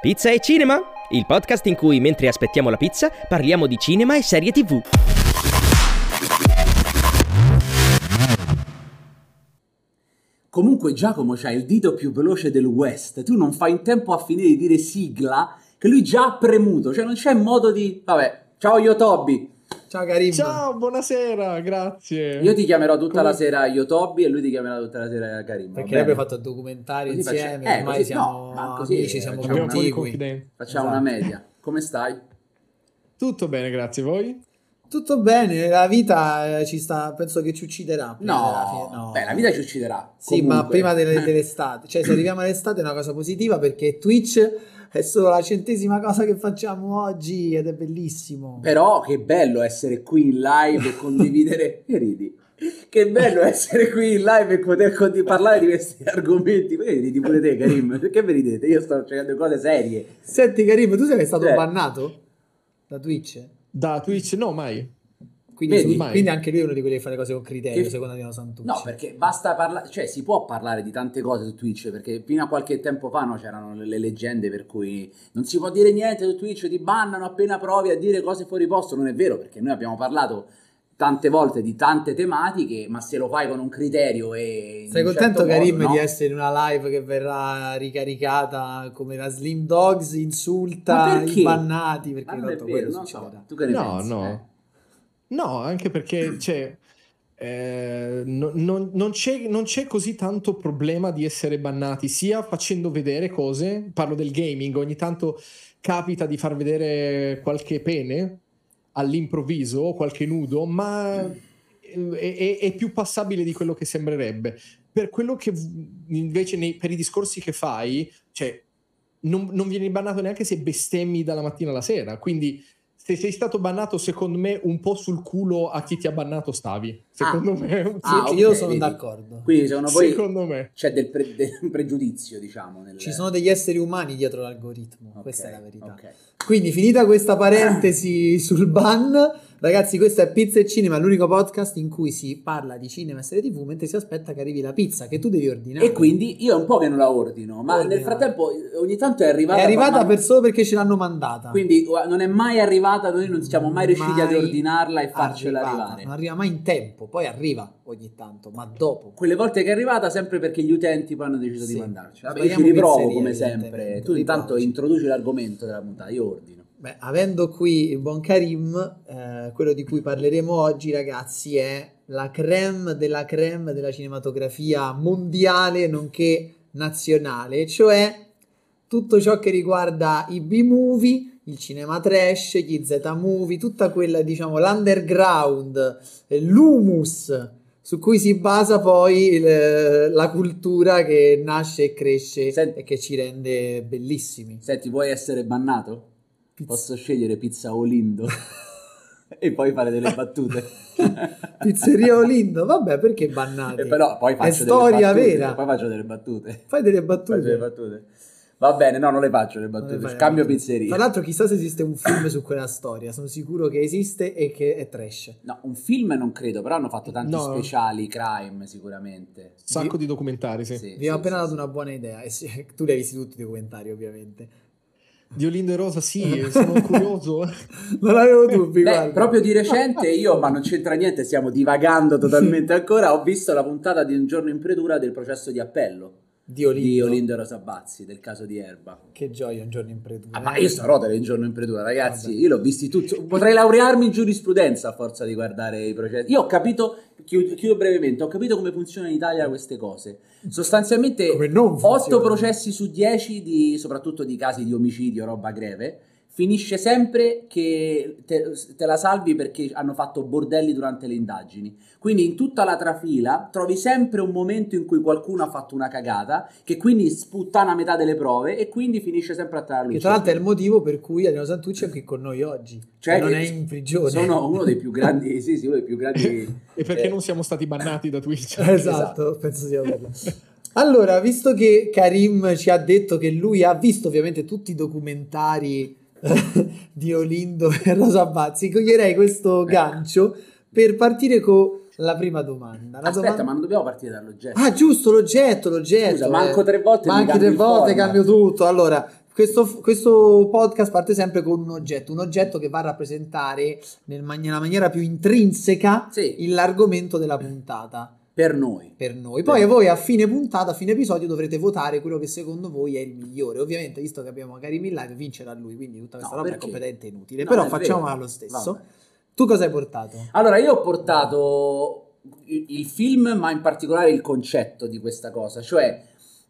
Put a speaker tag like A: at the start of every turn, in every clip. A: Pizza e Cinema, il podcast in cui mentre aspettiamo la pizza parliamo di cinema e serie TV.
B: Comunque Giacomo c'ha il dito più veloce del West, tu non fai in tempo a finire di dire sigla che lui già ha premuto, cioè non c'è modo di... Vabbè, ciao Yotobi!
C: Ciao Karim.
D: Ciao, buonasera, grazie.
B: Io ti chiamerò tutta Come... la sera Yotobi e lui ti chiamerà tutta la sera Karim.
C: Perché abbiamo fatto il documentario
B: Così faccia-
C: insieme,
B: eh,
C: ormai
B: così-
C: siamo
B: no, ma così-
C: amici, siamo
B: facciamo
D: Abbiamo un po' di
C: contigui.
D: confidenza.
B: Facciamo una
C: Esatto.
B: media. Come stai?
D: Tutto bene, grazie. Voi?
C: Tutto bene, la vita eh, ci sta, penso che ci ucciderà. prima della
B: No,
C: fine- no.
B: beh, la vita ci ucciderà.
C: Sì, ma
B: Comunque.
C: prima delle- dell'estate, cioè se arriviamo all'estate è una cosa positiva perché Twitch è solo la centesima cosa che facciamo oggi ed è bellissimo.
B: Però che bello essere qui in live e condividere. Che ridi? Che bello essere qui in live e poter condi- parlare di questi argomenti. Perché ridi pure te, Karim? Perché vi ridete? Io sto cercando cose serie.
C: Senti Karim, tu sei stato
B: Eh.
C: bannato da Twitch?
D: Da Twitch? No, mai.
C: Quindi,
B: Vedi?
C: su- quindi anche lui è uno di quelli che fa le cose con criterio,
B: Che-
C: secondo Adriano Santucci.
B: No, perché basta parlare, cioè si può parlare di tante cose su Twitch, perché fino a qualche tempo fa no, c'erano le, le leggende per cui non si può dire niente su Twitch, ti bannano appena provi a dire cose fuori posto, non è vero, perché noi abbiamo parlato tante volte di tante tematiche, ma se lo fai con un criterio e... in
C: Sei
B: un
C: contento,
B: certo
C: Karim,
B: modo, no?
C: di essere in una live che verrà ricaricata come la Slim Dogs
B: Ma
C: insulta
B: perché?
C: i bannati? Perché
B: Ma non è
C: tanto
B: vero,
C: quello
B: non so,
C: succederà.
B: tu che ne
D: No,
B: pensi?
D: no.
B: eh?
D: No, anche perché cioè, eh, no- non, non c'è, non c'è così tanto problema di essere bannati, sia facendo vedere cose, parlo del gaming, ogni tanto capita di far vedere qualche pene all'improvviso, qualche nudo, ma è, è- è più passabile di quello che sembrerebbe. Per quello che v- invece nei- per i discorsi che fai, cioè, non, non vieni bannato neanche se bestemmi dalla mattina alla sera, quindi se sei stato bannato, secondo me, un po' sul culo a chi ti ha bannato stavi. Secondo me.
B: Ah,
C: Sì,
B: ok,
C: io sono
B: vedi.
C: d'accordo.
B: Quindi secondo voi
D: Secondo me.
B: c'è del, pre- del pregiudizio, diciamo. Nel...
C: Ci sono degli esseri umani dietro l'algoritmo,
B: Ok,
C: questa è la verità.
B: ok.
C: Quindi finita questa parentesi sul ban, ragazzi, questo è Pizza e Cinema, l'unico podcast in cui si parla di cinema e serie TV mentre si aspetta che arrivi la pizza che tu devi ordinare.
B: E quindi io è un po' che non la ordino, ma
C: Ordinare.
B: nel frattempo ogni tanto è
C: è
B: arrivata...
C: arrivata per solo perché ce l'hanno mandata.
B: Quindi uh, non è mai arrivata, noi non siamo mai riusciti ad
C: Ah. Mai
B: ordinarla e farcela
C: arrivata, Non
B: arrivare.
C: arriva mai in tempo, poi arriva ogni tanto, ma dopo.
B: Quelle volte che è arrivata, sempre perché gli utenti poi hanno deciso
C: Sì.
B: di mandarci. Vabbè, io
C: Sbagliamo
B: ci riprovo
C: pizzeria,
B: come sempre.
C: evidentemente.
B: Tu intanto
C: Riprovaci.
B: introduci l'argomento della puntata, io ordino.
C: Beh, avendo qui il buon Karim, eh, quello di cui parleremo oggi, ragazzi, è la creme della creme della cinematografia mondiale, nonché nazionale, cioè tutto ciò che riguarda i B-movie, il cinema trash, gli Z-movie, tutta quella, diciamo, l'underground, eh, l'humus su cui si basa poi il- eh, la cultura che nasce e cresce
B: Senti-
C: e che ci rende bellissimi.
B: Senti, vuoi essere bannato? Posso scegliere pizza Olindo e poi fare delle battute.
C: Pizzeria Olindo, vabbè, perché bannati?
B: E Eh, però poi faccio delle
C: storia
B: battute,
C: vera.
B: Poi faccio delle battute.
C: Fai delle
B: Faccio delle
C: battute.
B: battute. Va bene, no, non le faccio le
C: Non le
B: battute.
C: fai,
B: Cambio
C: no. Tra
B: pizzeria.
C: l'altro, chissà se esiste un film su quella storia. Sono sicuro che esiste e che è trash.
B: No, un film non credo, però hanno fatto tanti
D: No.
B: speciali crime sicuramente.
D: Sacco di documentari, sì.
B: Sì,
C: Vi ho
B: sì,
C: appena
B: sì,
C: dato
B: sì.
C: una buona idea. E sì, tu li hai visti tutti i documentari, ovviamente.
D: Di Olindo e Rosa, sì, sono curioso.
B: eh.
C: non avevo dubbi.
B: Beh,
C: guarda.
B: proprio di recente io, ma non c'entra niente, stiamo divagando totalmente ancora, ho visto la puntata di Un giorno in predura del processo di appello
C: Di Olindo.
B: di Olindo Rosabazzi, del caso di Erba.
C: Che gioia, un giorno in predura.
B: Ah, ma io sto a rotare un giorno in predura, ragazzi.
C: Vabbè.
B: Io l'ho visti tutti. Potrei laurearmi in giurisprudenza a forza di guardare i processi. Io ho capito, chiudo, chiudo brevemente, ho capito come funzionano in Italia queste cose. Sostanzialmente,
C: Come non funziona.
B: 8 processi su 10, di, soprattutto di casi di omicidio, roba greve, finisce sempre che te, te la salvi perché hanno fatto bordelli durante le indagini. Quindi in tutta la trafila trovi sempre un momento in cui qualcuno ha fatto una cagata, che quindi sputtana metà delle prove e quindi finisce sempre a trarre
C: Che tra l'altro è il motivo per cui Adriano Santucci è qui con noi oggi.
B: Cioè,
C: Cioè, non
B: che
C: è in prigione.
B: Sono uno dei più grandi, sì, sì, uno dei più grandi...
D: E perché
B: eh,
D: non siamo stati bannati da Twitch?
C: esatto, penso sia quello. Allora, visto che Karim ci ha detto che lui ha visto ovviamente tutti i documentari eh, di Olindo e Rosa Bazzi, coglierei
B: Ecco.
C: questo gancio per partire con la prima domanda. La
B: Aspetta,
C: domanda-
B: ma non dobbiamo partire dall'oggetto.
C: Ah, giusto, l'oggetto, l'oggetto.
B: Scusa, manco tre volte mi
C: Manco
B: cambi
C: tre
B: il
C: volte
B: format.
C: cambio tutto. Allora, questo, questo podcast parte sempre con un oggetto, un oggetto che va a rappresentare nel man- nella maniera più intrinseca
B: Sì.
C: il- l'argomento della puntata
B: per noi.
C: per noi. Poi voi a fine puntata, a fine episodio dovrete votare quello che secondo voi è il migliore. Ovviamente, visto che abbiamo Karim in live, vincerà lui, quindi tutta questa
B: No,
C: roba
B: perché?
C: è completamente inutile.
B: No,
C: Però
B: è
C: facciamola
B: vero.
C: lo stesso.
B: Vabbè.
C: Tu cosa hai portato?
B: Allora, io ho portato il il film, ma in particolare il concetto di questa cosa, cioè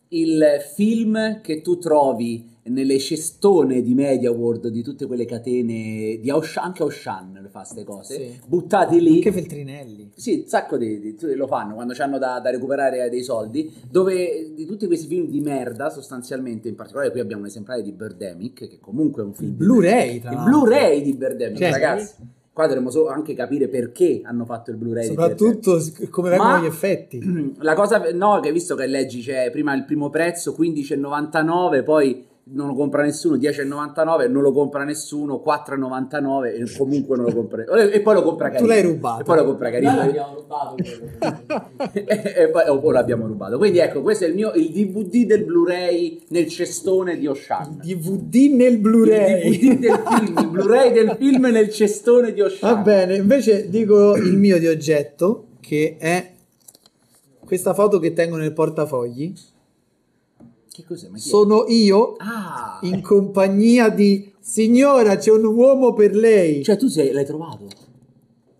B: il film che tu trovi nelle cestone di Media World di tutte quelle catene, di Auchan- anche Auchan le fa queste cose,
C: Sì.
B: buttati lì.
C: Anche Feltrinelli.
B: Sì, un sacco di, di- tu- lo fanno quando hanno da, da recuperare dei soldi, dove di tutti questi film di merda sostanzialmente, in particolare qui abbiamo un esemplare di Birdemic, che comunque è un film...
C: Il
B: di-
C: Blu-ray, tra
B: il
C: l'altro.
B: Blu-ray di Birdemic,
C: Cioè,
B: ragazzi. Qua dovremmo solo anche capire perché hanno fatto il Blu-ray. di Birdemic.
C: Soprattutto s- come
B: Ma-
C: vengono gli effetti.
B: La cosa, no, che hai visto che leggi c'è prima il primo prezzo 15,99, poi non lo compra nessuno, 10,99, non lo compra nessuno, 4,99 e comunque non lo compra e e poi lo compra
C: Tu
B: Carino.
C: l'hai rubato.
B: E poi lo compra
E: Noi
B: Carino.
E: l'abbiamo rubato quello.
B: e e poi o- o l'abbiamo rubato. Quindi ecco, questo è il mio il DVD del Blu-ray nel cestone di Oshan.
C: DVD nel Blu-ray.
B: Il DVD del film, il Blu-ray del film nel cestone di Oshan.
C: Va bene, invece dico il mio di oggetto che è questa foto che tengo nel portafogli.
B: Che cos'è? Ma chi è?
C: Sono io
B: Ah,
C: in compagnia di signora, c'è un uomo per lei.
B: cioè tu sei- l'hai trovato.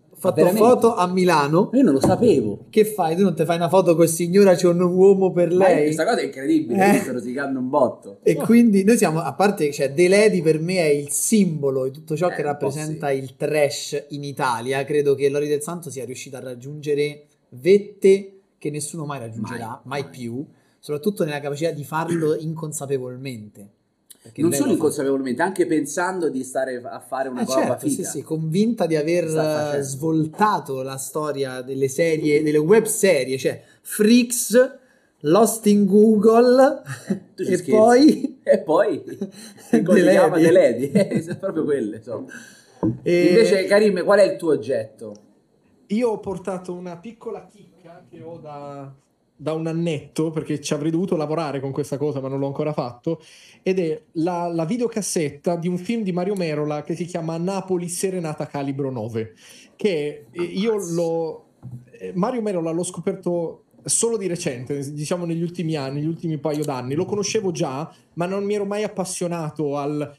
C: Ho fatto
B: veramente?
C: foto a Milano.
B: Io non lo sapevo.
C: Che fai? Tu non ti fai una foto con signora, c'è un uomo per
B: Ma
C: lei?
B: Questa cosa è incredibile,
C: Eh.
B: mi sto rosicando un botto.
C: E quindi noi siamo, a parte, cioè, De Ledi per me è il simbolo di tutto ciò
B: Eh,
C: che
B: un po'
C: rappresenta il trash in Italia. Credo che Lori del Santo sia riuscita a raggiungere vette che nessuno mai raggiungerà,
B: Mai,
C: mai,
B: mai.
C: più, soprattutto nella capacità di farlo inconsapevolmente. Perché
B: non
C: lei
B: solo
C: lo fa-
B: inconsapevolmente, anche pensando di stare a fare una
C: Eh,
B: roba
C: certo, sì,
B: figa.
C: sì, convinta di
B: Sta
C: aver eh,
B: facendo.
C: svoltato la storia delle serie, delle web serie, cioè Freaks, Lost in Google
B: Tu ci
C: e
B: scherzi.
C: poi...
B: E poi come si
C: Lady. Eh.
B: chiama? The Lady. Eh, sono proprio quelle, insomma.
C: E-
B: Invece, Karim, qual è il tuo oggetto?
D: Io ho portato una piccola chicca che ho da, da un annetto perché ci avrei dovuto lavorare con questa cosa, ma non l'ho ancora fatto. Ed è la, la videocassetta di un film di Mario Merola che si chiama Napoli Serenata Calibro 9. Che eh, io l'ho. eh, Mario Merola l'ho scoperto solo di recente, diciamo negli ultimi anni, negli ultimi paio d'anni. Lo conoscevo già, ma non mi ero mai appassionato al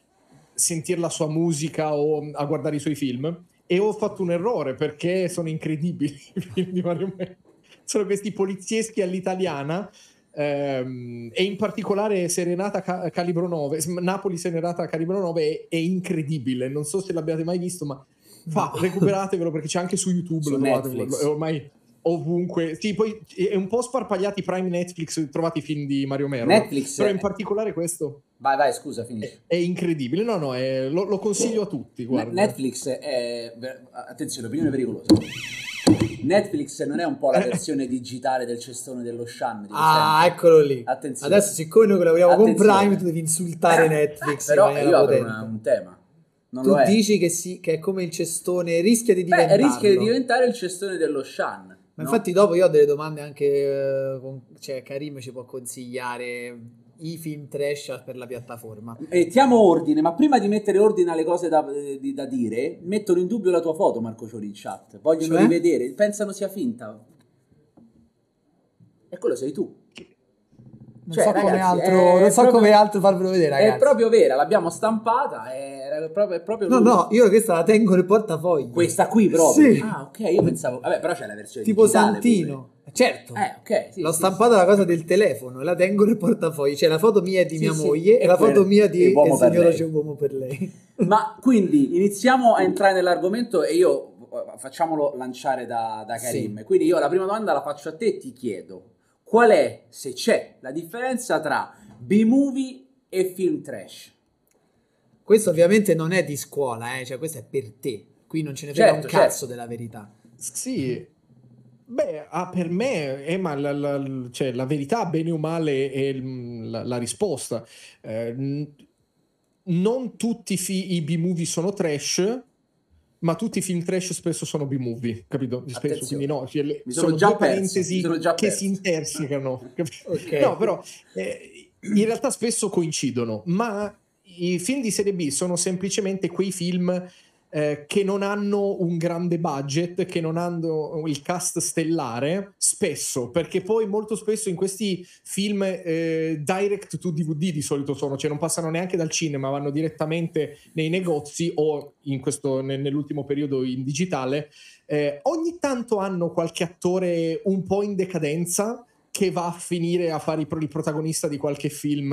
D: sentire la sua musica o a guardare i suoi film. E ho fatto un errore perché sono incredibili i film di Mario Merola. Sono questi polizieschi all'italiana. ehm, e in particolare Serenata Ca- Calibro 9, s- Napoli Serenata Calibro 9 è, è incredibile. Non so se l'abbiate mai visto, ma fa-
C: No.
D: recuperatevelo perché c'è anche su YouTube.
B: Su
D: lo trovate,
B: Netflix.
D: è ormai ovunque. Sì, poi è un po' sparpagliati Prime Netflix, trovate i film di Mario Mero.
B: Netflix.
D: Però in particolare questo
B: Vai, vai, scusa, finisci.
D: è, è incredibile. No, no, è- lo, lo consiglio a tutti. Guarda.
B: Ne- Netflix è ver- attenzione, opinione pericolosa. Netflix non è un po' la versione digitale del cestone dello Sham.
C: Ah, eccolo lì.
B: Attenzione.
C: Adesso, siccome noi collaboriamo con
B: Attenzione. Eh,
C: Prime, tu devi insultare Netflix. in
B: Però
C: maniera
B: io apro
C: potente.
B: una- un tema. Non
C: tu
B: lo è.
C: dici che, sì, che è come il cestone, rischia di
B: Beh,
C: diventare.
B: rischia di diventare il cestone dello Shan.
C: Ma
B: no?
C: infatti, dopo io ho delle domande anche. eh, con- Cioè, Karim ci può consigliare i film trash per la piattaforma.
B: Mettiamo ordine, ma prima di mettere ordine alle cose da, eh, di- da dire, mettono in dubbio la tua foto, Marco Ciori, in chat. Vogliono
C: Cioè?
B: rivedere, pensano sia finta. E quello sei tu.
C: Non
B: Cioè,
C: so come
B: ragazzi,
C: altro,
B: è
C: non so
B: proprio-
C: come altro farvelo vedere, ragazzi.
B: È proprio vera, l'abbiamo stampata, è, era proprio, è proprio
C: No,
B: lui.
C: no, io questa la tengo nel portafoglio.
B: Questa qui proprio.
C: Sì.
B: Ah, ok, io pensavo... Vabbè, però c'è la versione
C: tipo
B: digitale,
C: Santino. Certo.
B: pure. Eh, ok. sì,
C: L'ho
B: sì,
C: stampata la cosa del telefono e la tengo nel portafoglio. Cioè, la foto mia è di
B: Sì,
C: mia
B: sì.
C: moglie e
B: E
C: la
B: quella-
C: foto mia di
B: e uomo
C: e
B: per
C: signora
B: lei.
C: c'è un uomo per lei.
B: Ma quindi iniziamo a entrare nell'argomento e io eh, facciamolo lanciare da, da Karim. Quindi io la prima domanda la faccio a te e ti chiedo qual è, se c'è, la differenza tra B-movie e film trash?
C: Questo ovviamente non è di scuola, eh, cioè questo è per te. Qui non ce ne frega
B: Certo,
C: un
B: certo.
C: cazzo della verità.
D: Sì. Beh, ah, per me, eh, ma la, la- cioè, la verità, bene o male, è il- mm, la, la risposta. Eh, n- non tutti i fi- i B-movie sono trash, ma tutti i film trash spesso sono B-movie, capito? Spesso,
B: Attenzione.
D: quindi no, cioè, le-
B: Mi sono
D: sono
B: già
D: due
B: perso,
D: parentesi
B: mi sono già
D: che
B: perso.
D: si intersecano. capito?
C: Ok.
D: No, però eh, in realtà spesso coincidono, ma i film di serie B sono semplicemente quei film eh, che non hanno un grande budget, che non hanno il cast stellare, spesso, perché poi molto spesso in questi film eh, direct to DVD di solito sono, cioè non passano neanche dal cinema, vanno direttamente nei negozi o in questo, ne- nell'ultimo periodo in digitale. Eh, ogni tanto hanno qualche attore un po' in decadenza che va a finire a fare i pro- il protagonista di qualche film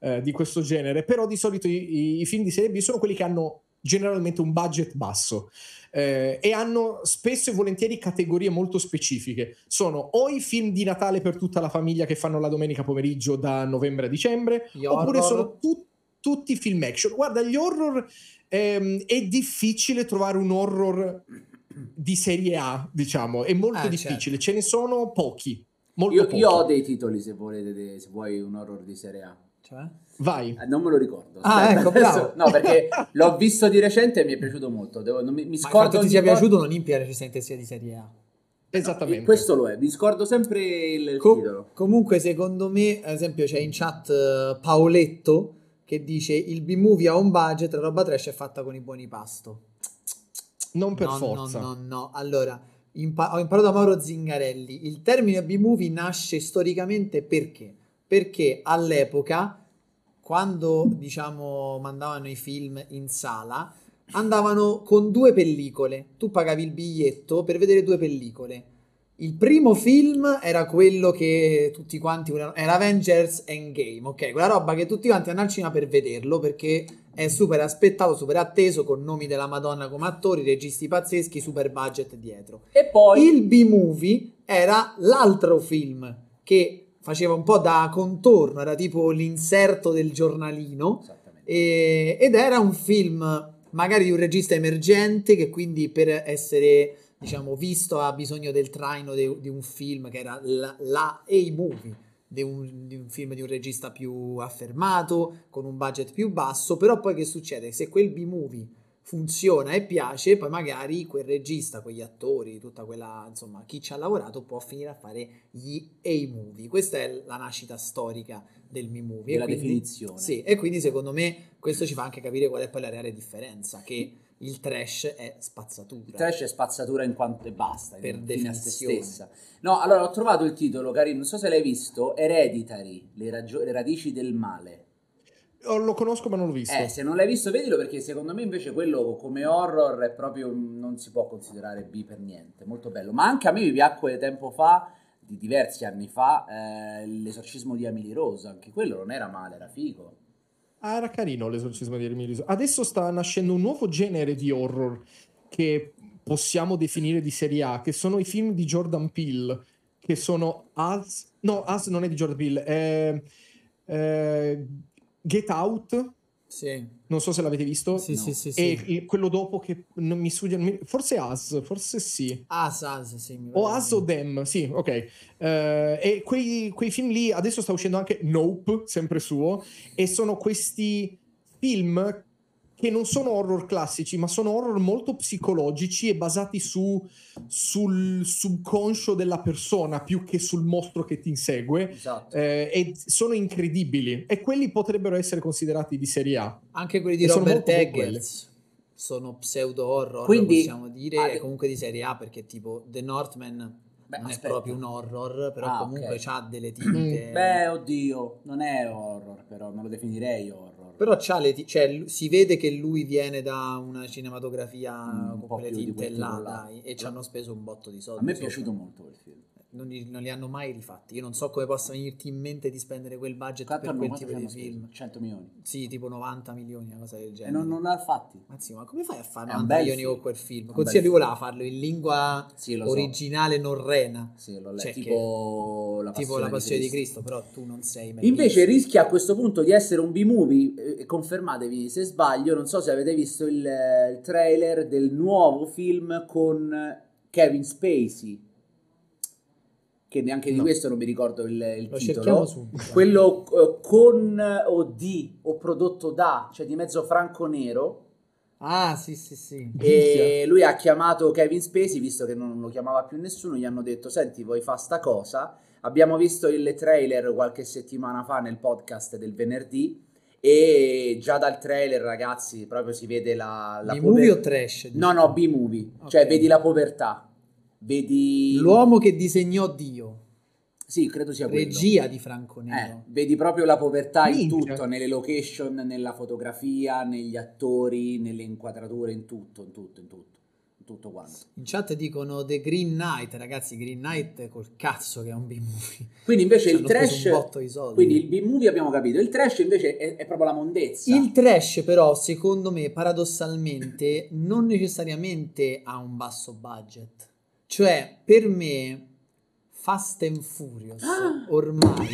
D: eh, di questo genere, però di solito i, i film di serie B sono quelli che hanno generalmente un budget basso eh, e hanno spesso e volentieri categorie molto specifiche. Sono o i film di Natale per tutta la famiglia che fanno la domenica pomeriggio da novembre a dicembre,
C: Gli
D: oppure
C: horror.
D: sono tu- tutti film action. Guarda, gli horror ehm, è difficile trovare un horror di serie A, diciamo, è molto
C: Eh,
D: difficile, ce ne sono pochi. Molto
B: Io,
D: pochi.
B: io ho dei titoli se volete, de- se vuoi un horror di Serie A.
C: Cioè?
D: Vai.
B: Eh, non me lo ricordo.
C: Ah,
B: aspetta,
C: ecco,
B: adesso-
C: bravo.
B: No, perché l'ho visto di recente e mi è piaciuto molto. Devo- non mi, mi
C: Ma il
B: scordo
C: fatto che ti
B: ogni
C: sia
B: volta-
C: piaciuto non impia necessariamente sia di Serie A.
D: Esattamente.
B: Eh, Questo lo è, mi scordo sempre il, il
C: Com-
B: titolo.
C: comunque, secondo me, ad esempio, c'è in chat eh, Paoletto che dice il B-movie ha un budget, la roba trash è fatta con i buoni pasto.
D: Non per
C: no,
D: forza.
C: No, no, no. Allora, impa- ho imparato da Mauro Zingarelli. Il termine B-movie nasce storicamente perché? Perché all'epoca, quando diciamo mandavano i film in sala, andavano con due pellicole. Tu pagavi il biglietto per vedere due pellicole. Il primo film era quello che tutti quanti volevano, era Avengers Endgame, ok? Quella roba che tutti quanti andavano al cinema per vederlo perché è super aspettato, super atteso, con nomi della Madonna come attori, registi pazzeschi, super budget dietro.
B: E poi
C: Il B-movie era l'altro film che faceva un po' da contorno, era tipo l'inserto del giornalino
B: Esattamente.
C: e- ed era un film magari di un regista emergente che quindi per essere diciamo visto ha bisogno del traino de- di un film che era la, la A-movie di un, di un film di un regista più affermato con un budget più basso però poi che succede? Se quel B-movie funziona e piace poi magari quel regista, quegli attori tutta quella insomma chi ci ha lavorato può finire a fare gli A-movie questa è la nascita storica del B-movie e
B: la
C: quindi-
B: definizione.
C: sì, e quindi secondo me questo ci fa anche capire qual è poi la reale differenza, che il trash è spazzatura.
B: Il trash è spazzatura in quanto e basta,
C: Per
B: in- fine a se
C: definizione.
B: stessa. No, allora ho trovato il titolo, Karim, non so se l'hai visto, Hereditary, le, ragio- le radici del male.
D: Oh, Lo conosco, ma non l'ho visto.
B: Eh, se non l'hai visto vedilo perché secondo me invece quello come horror è proprio non si può considerare B per niente, molto bello. Ma anche a me mi piacque tempo fa, di diversi anni fa, eh, l'esorcismo di Emily Rose, anche quello non era male, era figo.
D: Ah, era carino l'esorcismo di Emily Adesso sta nascendo un nuovo genere di horror che possiamo definire di serie A, che sono i film di Jordan Peele, che sono Us... No, Us non è di Jordan Peele, è, eh, Get Out,
C: Sì,
D: non so se l'avete visto,
C: sì,
B: No.
C: sì, sì, sì.
D: e il- quello dopo che non mi sugge... mi- Forse Us, forse sì.
C: Ah, Sas, sì. mi
D: O
C: pare
D: Us
C: di-
D: o Them, sì, ok. Eh, e quei, quei film lì, adesso sta uscendo anche Nope, sempre suo, e sono questi film che non sono horror classici, ma sono horror molto psicologici e basati su, sul subconscio della persona più che sul mostro che ti insegue.
B: Esatto.
D: Eh, e sono incredibili e quelli potrebbero essere considerati di serie A.
C: Anche quelli di
D: e sono
C: Robert
D: molto buone
C: Eggers sono pseudo-horror,
B: Quindi-
C: possiamo dire,
B: Ah, de-
C: comunque di serie A, perché tipo The Northman
B: Beh,
C: non
B: aspetta.
C: è proprio un horror, però
B: Ah,
C: comunque
B: ok.
C: c'ha delle tinte...
B: Beh, oddio, non è horror però, non lo definirei horror.
C: Però c'ha le ti- cioè, l- si vede che lui viene da una cinematografia
B: Mm, un
C: con
B: po'
C: quelle
B: più di
C: tinte
B: quel tipo
C: là,
B: là.
C: dai, e ci hanno speso un botto di soldi.
B: a me è
C: sopra.
B: piaciuto molto quel film.
C: non li, non li hanno mai rifatti. Io non so come possa venirti in mente di spendere quel budget
B: Quanto
C: per
B: hanno
C: quel
B: quanto
C: tipo
B: abbiamo
C: di
B: speso?
C: film.
B: 100 milioni.
C: Sì, tipo 90 milioni, una cosa del
B: E
C: genere.
B: non, non l'ha fatti.
C: Anzi, ma come fai a fare
B: È un
C: 90
B: bel
C: milioni
B: film.
C: con quel film?
B: Un
C: Consiglio
B: bel
C: lui
B: film.
C: voleva farlo in lingua
B: Sì, lo so.
C: originale non rena,
B: Sì, l'ho letto.
C: Cioè
B: tipo, la
C: tipo
B: passione
C: La Passione di Cristo, però tu non sei Mel
B: Invece
C: Gibson.
B: rischia a questo punto di essere un B-movie, eh, confermatevi se sbaglio, non so se avete visto il, eh, il trailer del nuovo film con eh, Kevin Spacey, che neanche di
D: No.
B: questo non mi ricordo il, il
C: lo cerchiamo
B: titolo,
C: subito.
B: quello eh, con eh, o di o prodotto da, cioè di mezzo franco nero,
C: Ah, sì, sì, sì.
B: e lui ha chiamato Kevin Spacey, visto che non lo chiamava più nessuno, gli hanno detto, senti vuoi fare sta cosa? Abbiamo visto il trailer qualche settimana fa nel podcast del venerdì e già dal trailer, ragazzi, proprio si vede la, la
C: Di
B: pover-
C: movie o trash?
B: No, no, B-movie.
C: Ok.
B: Cioè, vedi la povertà. Vedi...
C: L'uomo che disegnò Dio,
B: Sì, credo sia quello.
C: regia di Franco
B: Eh,
C: Nero.
B: vedi proprio la povertà in
D: Minchia.
B: tutto, nelle location, nella fotografia, negli attori, nelle inquadrature, in tutto, in tutto, in tutto, in tutto quanto.
C: In chat dicono The Green Knight, ragazzi, Green Knight col cazzo che è un B-movie.
B: Quindi invece
C: Ci
B: il
C: hanno preso
B: trash,
C: un botto di soldi.
B: quindi il B-movie abbiamo capito, il trash invece è, è proprio la mondezza.
C: Il trash, però, secondo me, paradossalmente, non necessariamente ha un basso budget. Cioè, per me, Fast and Furious
B: Ah!
C: ormai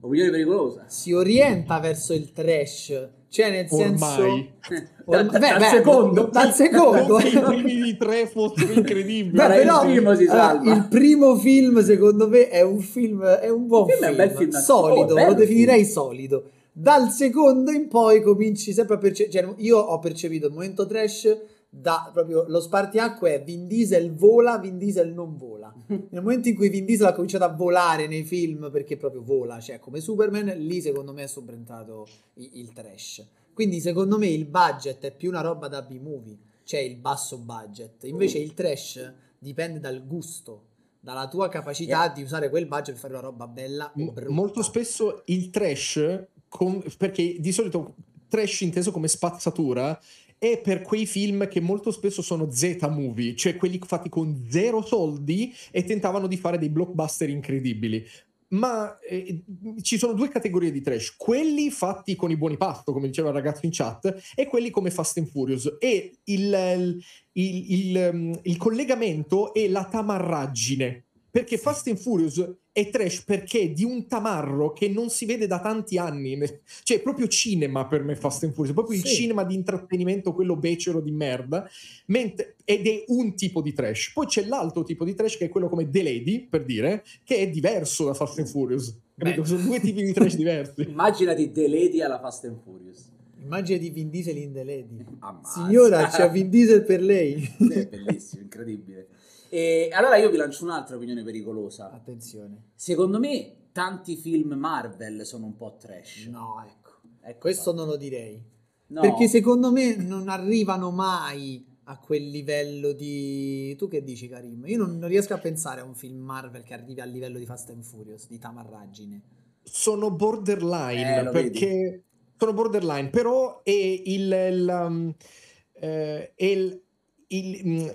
B: Opinione pericolosa.
C: si orienta verso il trash. Cioè, nel senso.
D: Ormai.
C: Orm-
B: Da-
C: beh,
B: dal
C: beh,
B: secondo.
C: dal
D: Come
C: secondo.
D: se i primi di tre fossero incredibili.
C: Beh,
B: Dai,
C: però
B: il primo si
C: allora,
B: salva.
C: il primo film, secondo me, è un film, è un buon
B: Il film è un bel film, oh, è
C: solido,
B: bello
C: lo
B: il
C: definirei
B: film.
C: solido. Dal secondo in poi cominci sempre a percepire. io ho percepito il momento trash da proprio lo spartiacque è Vin Diesel vola, Vin Diesel non vola. Nel momento in cui Vin Diesel ha cominciato a volare nei film perché proprio vola, cioè come Superman, lì secondo me è subentrato i- il trash. Quindi secondo me il budget è più una roba da B-movie, cioè il basso budget. Invece il trash dipende dal gusto, dalla tua capacità di usare quel budget per fare una roba bella o
D: Mo-
C: brutta.
D: molto spesso il trash, com- perché di solito trash inteso come spazzatura, è per quei film che molto spesso sono Z-movie, cioè quelli fatti con zero soldi e tentavano di fare dei blockbuster incredibili. Ma eh, ci sono due categorie di trash, quelli fatti con i buoni pasto, come diceva il ragazzo in chat, e quelli come Fast and Furious. E il, il- il, ehm, il collegamento è la tamarraggine. Perché Fast and Furious è trash perché è di un tamarro che non si vede da tanti anni. Ne- Cioè, è proprio cinema per me Fast and Furious, è proprio il
C: Sì.
D: cinema di intrattenimento, quello becero di merda. Mentre- ed è un tipo di trash. Poi c'è l'altro tipo di trash che è quello come The Lady, per dire, che è diverso da Fast and Furious. Capito?
C: Beh.
D: Sono due tipi di trash diversi.
B: Immaginati The Lady alla Fast and Furious.
C: Immagine di Vin Diesel in The Lady.
B: Ammazza.
C: Signora, c'è Vin Diesel per lei.
B: Sì, è bellissimo, incredibile. E allora io vi lancio un'altra opinione pericolosa.
C: Attenzione.
B: Secondo me tanti film Marvel sono un po' trash.
C: No, ecco.
B: Ecco
C: Questo
B: qua.
C: non lo direi.
B: No.
C: Perché secondo me non arrivano mai a quel livello di... Tu che dici Karim? Io non, non riesco a pensare a un film Marvel che arrivi al livello di Fast and Furious, di tamarraggine.
D: Sono borderline
B: Eh, lo
D: perché
B: vedi.
D: sono borderline, però è il, il, um, eh, è il- il, mm,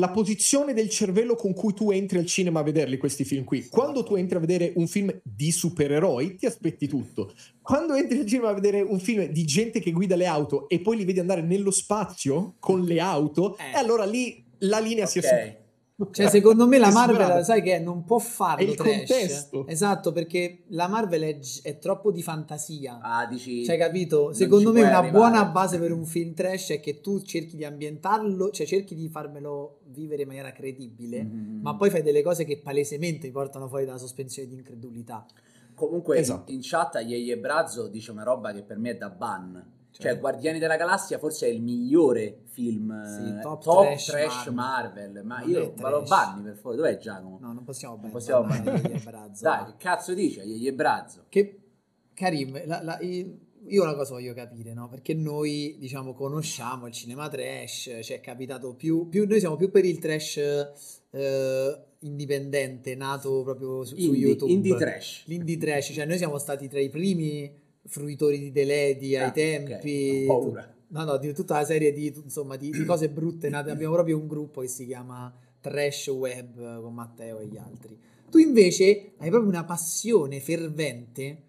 D: la posizione del cervello con cui tu entri al cinema a vederli questi film qui. Quando tu entri a vedere un film di supereroi, ti aspetti tutto. Quando entri al cinema a vedere un film di gente che guida le auto e poi li vedi andare nello spazio con le auto,
C: Eh.
D: e allora lì la linea si assume.
B: Ok.
C: Cioè, secondo me la
D: È
C: Marvel,
D: superata.
C: sai che è? non può farlo
D: È il
C: trash.
D: contesto.
C: Esatto, perché la Marvel è, gi- è troppo di fantasia.
B: Ah, dici...
C: Cioè, capito?
B: non
C: Secondo
B: ci
C: me
B: puoi
C: una
B: arrivare.
C: buona base per un film trash è che tu cerchi di ambientarlo, cioè cerchi di farmelo vivere in maniera credibile,
B: Mhm.
C: ma poi fai delle cose che palesemente ti portano fuori dalla sospensione di incredulità.
B: Comunque
D: Esatto.
B: in chat Yeye Brazzo dice una roba che per me è da ban. Cioè,
C: Cioè-
B: Guardiani della Galassia forse è il migliore film eh,
C: Sì, top
B: trash,
C: trash
B: Marvel. Ma
C: Non
B: io
C: è
B: ma lo
C: trash.
B: banni per favore. Dov'è Giacomo?
C: No, non possiamo
B: Non
C: ben
B: possiamo
C: parlare
B: ben-
C: di Abrazzo.
B: Dai, che cazzo dice Yeye Brazzo?
C: Che Karim, la- la- il- io una cosa voglio capire, no? Perché noi, diciamo, conosciamo il cinema trash, ci è capitato più, più- noi siamo più per il trash eh, indipendente, nato proprio su, su
B: Indie,
C: YouTube.
B: indie trash.
C: L'indie trash, cioè noi siamo stati tra i primi fruitori di Deledi
B: Ah,
C: ai
B: ok,
C: tempi.
B: ho paura.
C: No, no, di tutta la serie di, insomma, di, di cose brutte nate. Abbiamo proprio un gruppo che si chiama Trash Web eh, con Matteo e gli altri. Tu invece hai proprio una passione fervente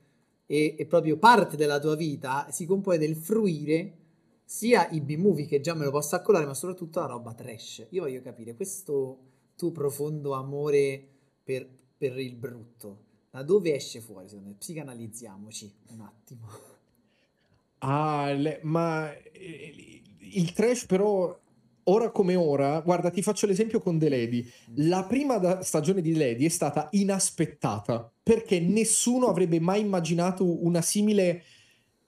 C: e, e proprio parte della tua vita si compone del fruire sia i B-movie che già me lo posso accolare, ma soprattutto la roba trash. Io voglio capire questo tuo profondo amore per, per il brutto. Da dove esce fuori, secondo me? Psicanalizziamoci un attimo.
D: Ah, le- ma eh, il trash però, ora come ora, guarda, ti faccio l'esempio con The Lady. La prima da- stagione di The Lady è stata inaspettata, perché nessuno avrebbe mai immaginato una simile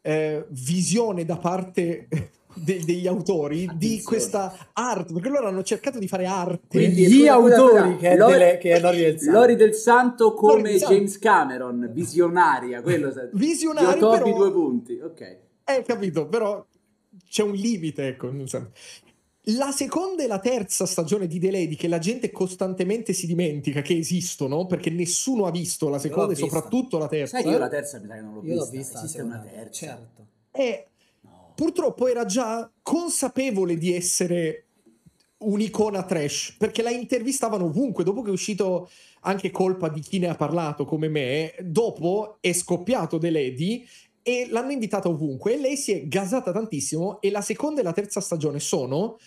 D: eh, visione da parte de- degli autori di
B: Attenzione.
D: questa arte, perché loro hanno cercato di fare arte.
B: Quindi,
C: gli
B: scusa, scusa,
C: autori
B: scusa,
C: che, è
B: Lori-
C: delle- che è Lori del Santo.
B: Lori del Santo
D: Lori
B: come
D: del Santo.
B: James Cameron, visionaria, quello sa- Io
D: Visionari,
B: topi
D: però-
B: due punti, ok.
D: Eh, capito, però c'è un limite, ecco. non so. La seconda e la terza stagione di The Lady, che la gente costantemente si dimentica che esistono, perché nessuno ha visto la seconda e
C: vista.
D: soprattutto la terza,
B: Sai che io la terza mi sa che non l'ho
C: Io l'ho
B: vista.
C: vista.
B: Esiste
C: la
B: una
C: seconda,
B: terza.
C: Certo.
D: e
B: No.
D: purtroppo era già consapevole di essere un'icona trash, perché la intervistavano ovunque, dopo che è uscito anche colpa di chi ne ha parlato come me, dopo è scoppiato The Lady e l'hanno invitata ovunque e lei si è gasata tantissimo e la seconda e la terza stagione sono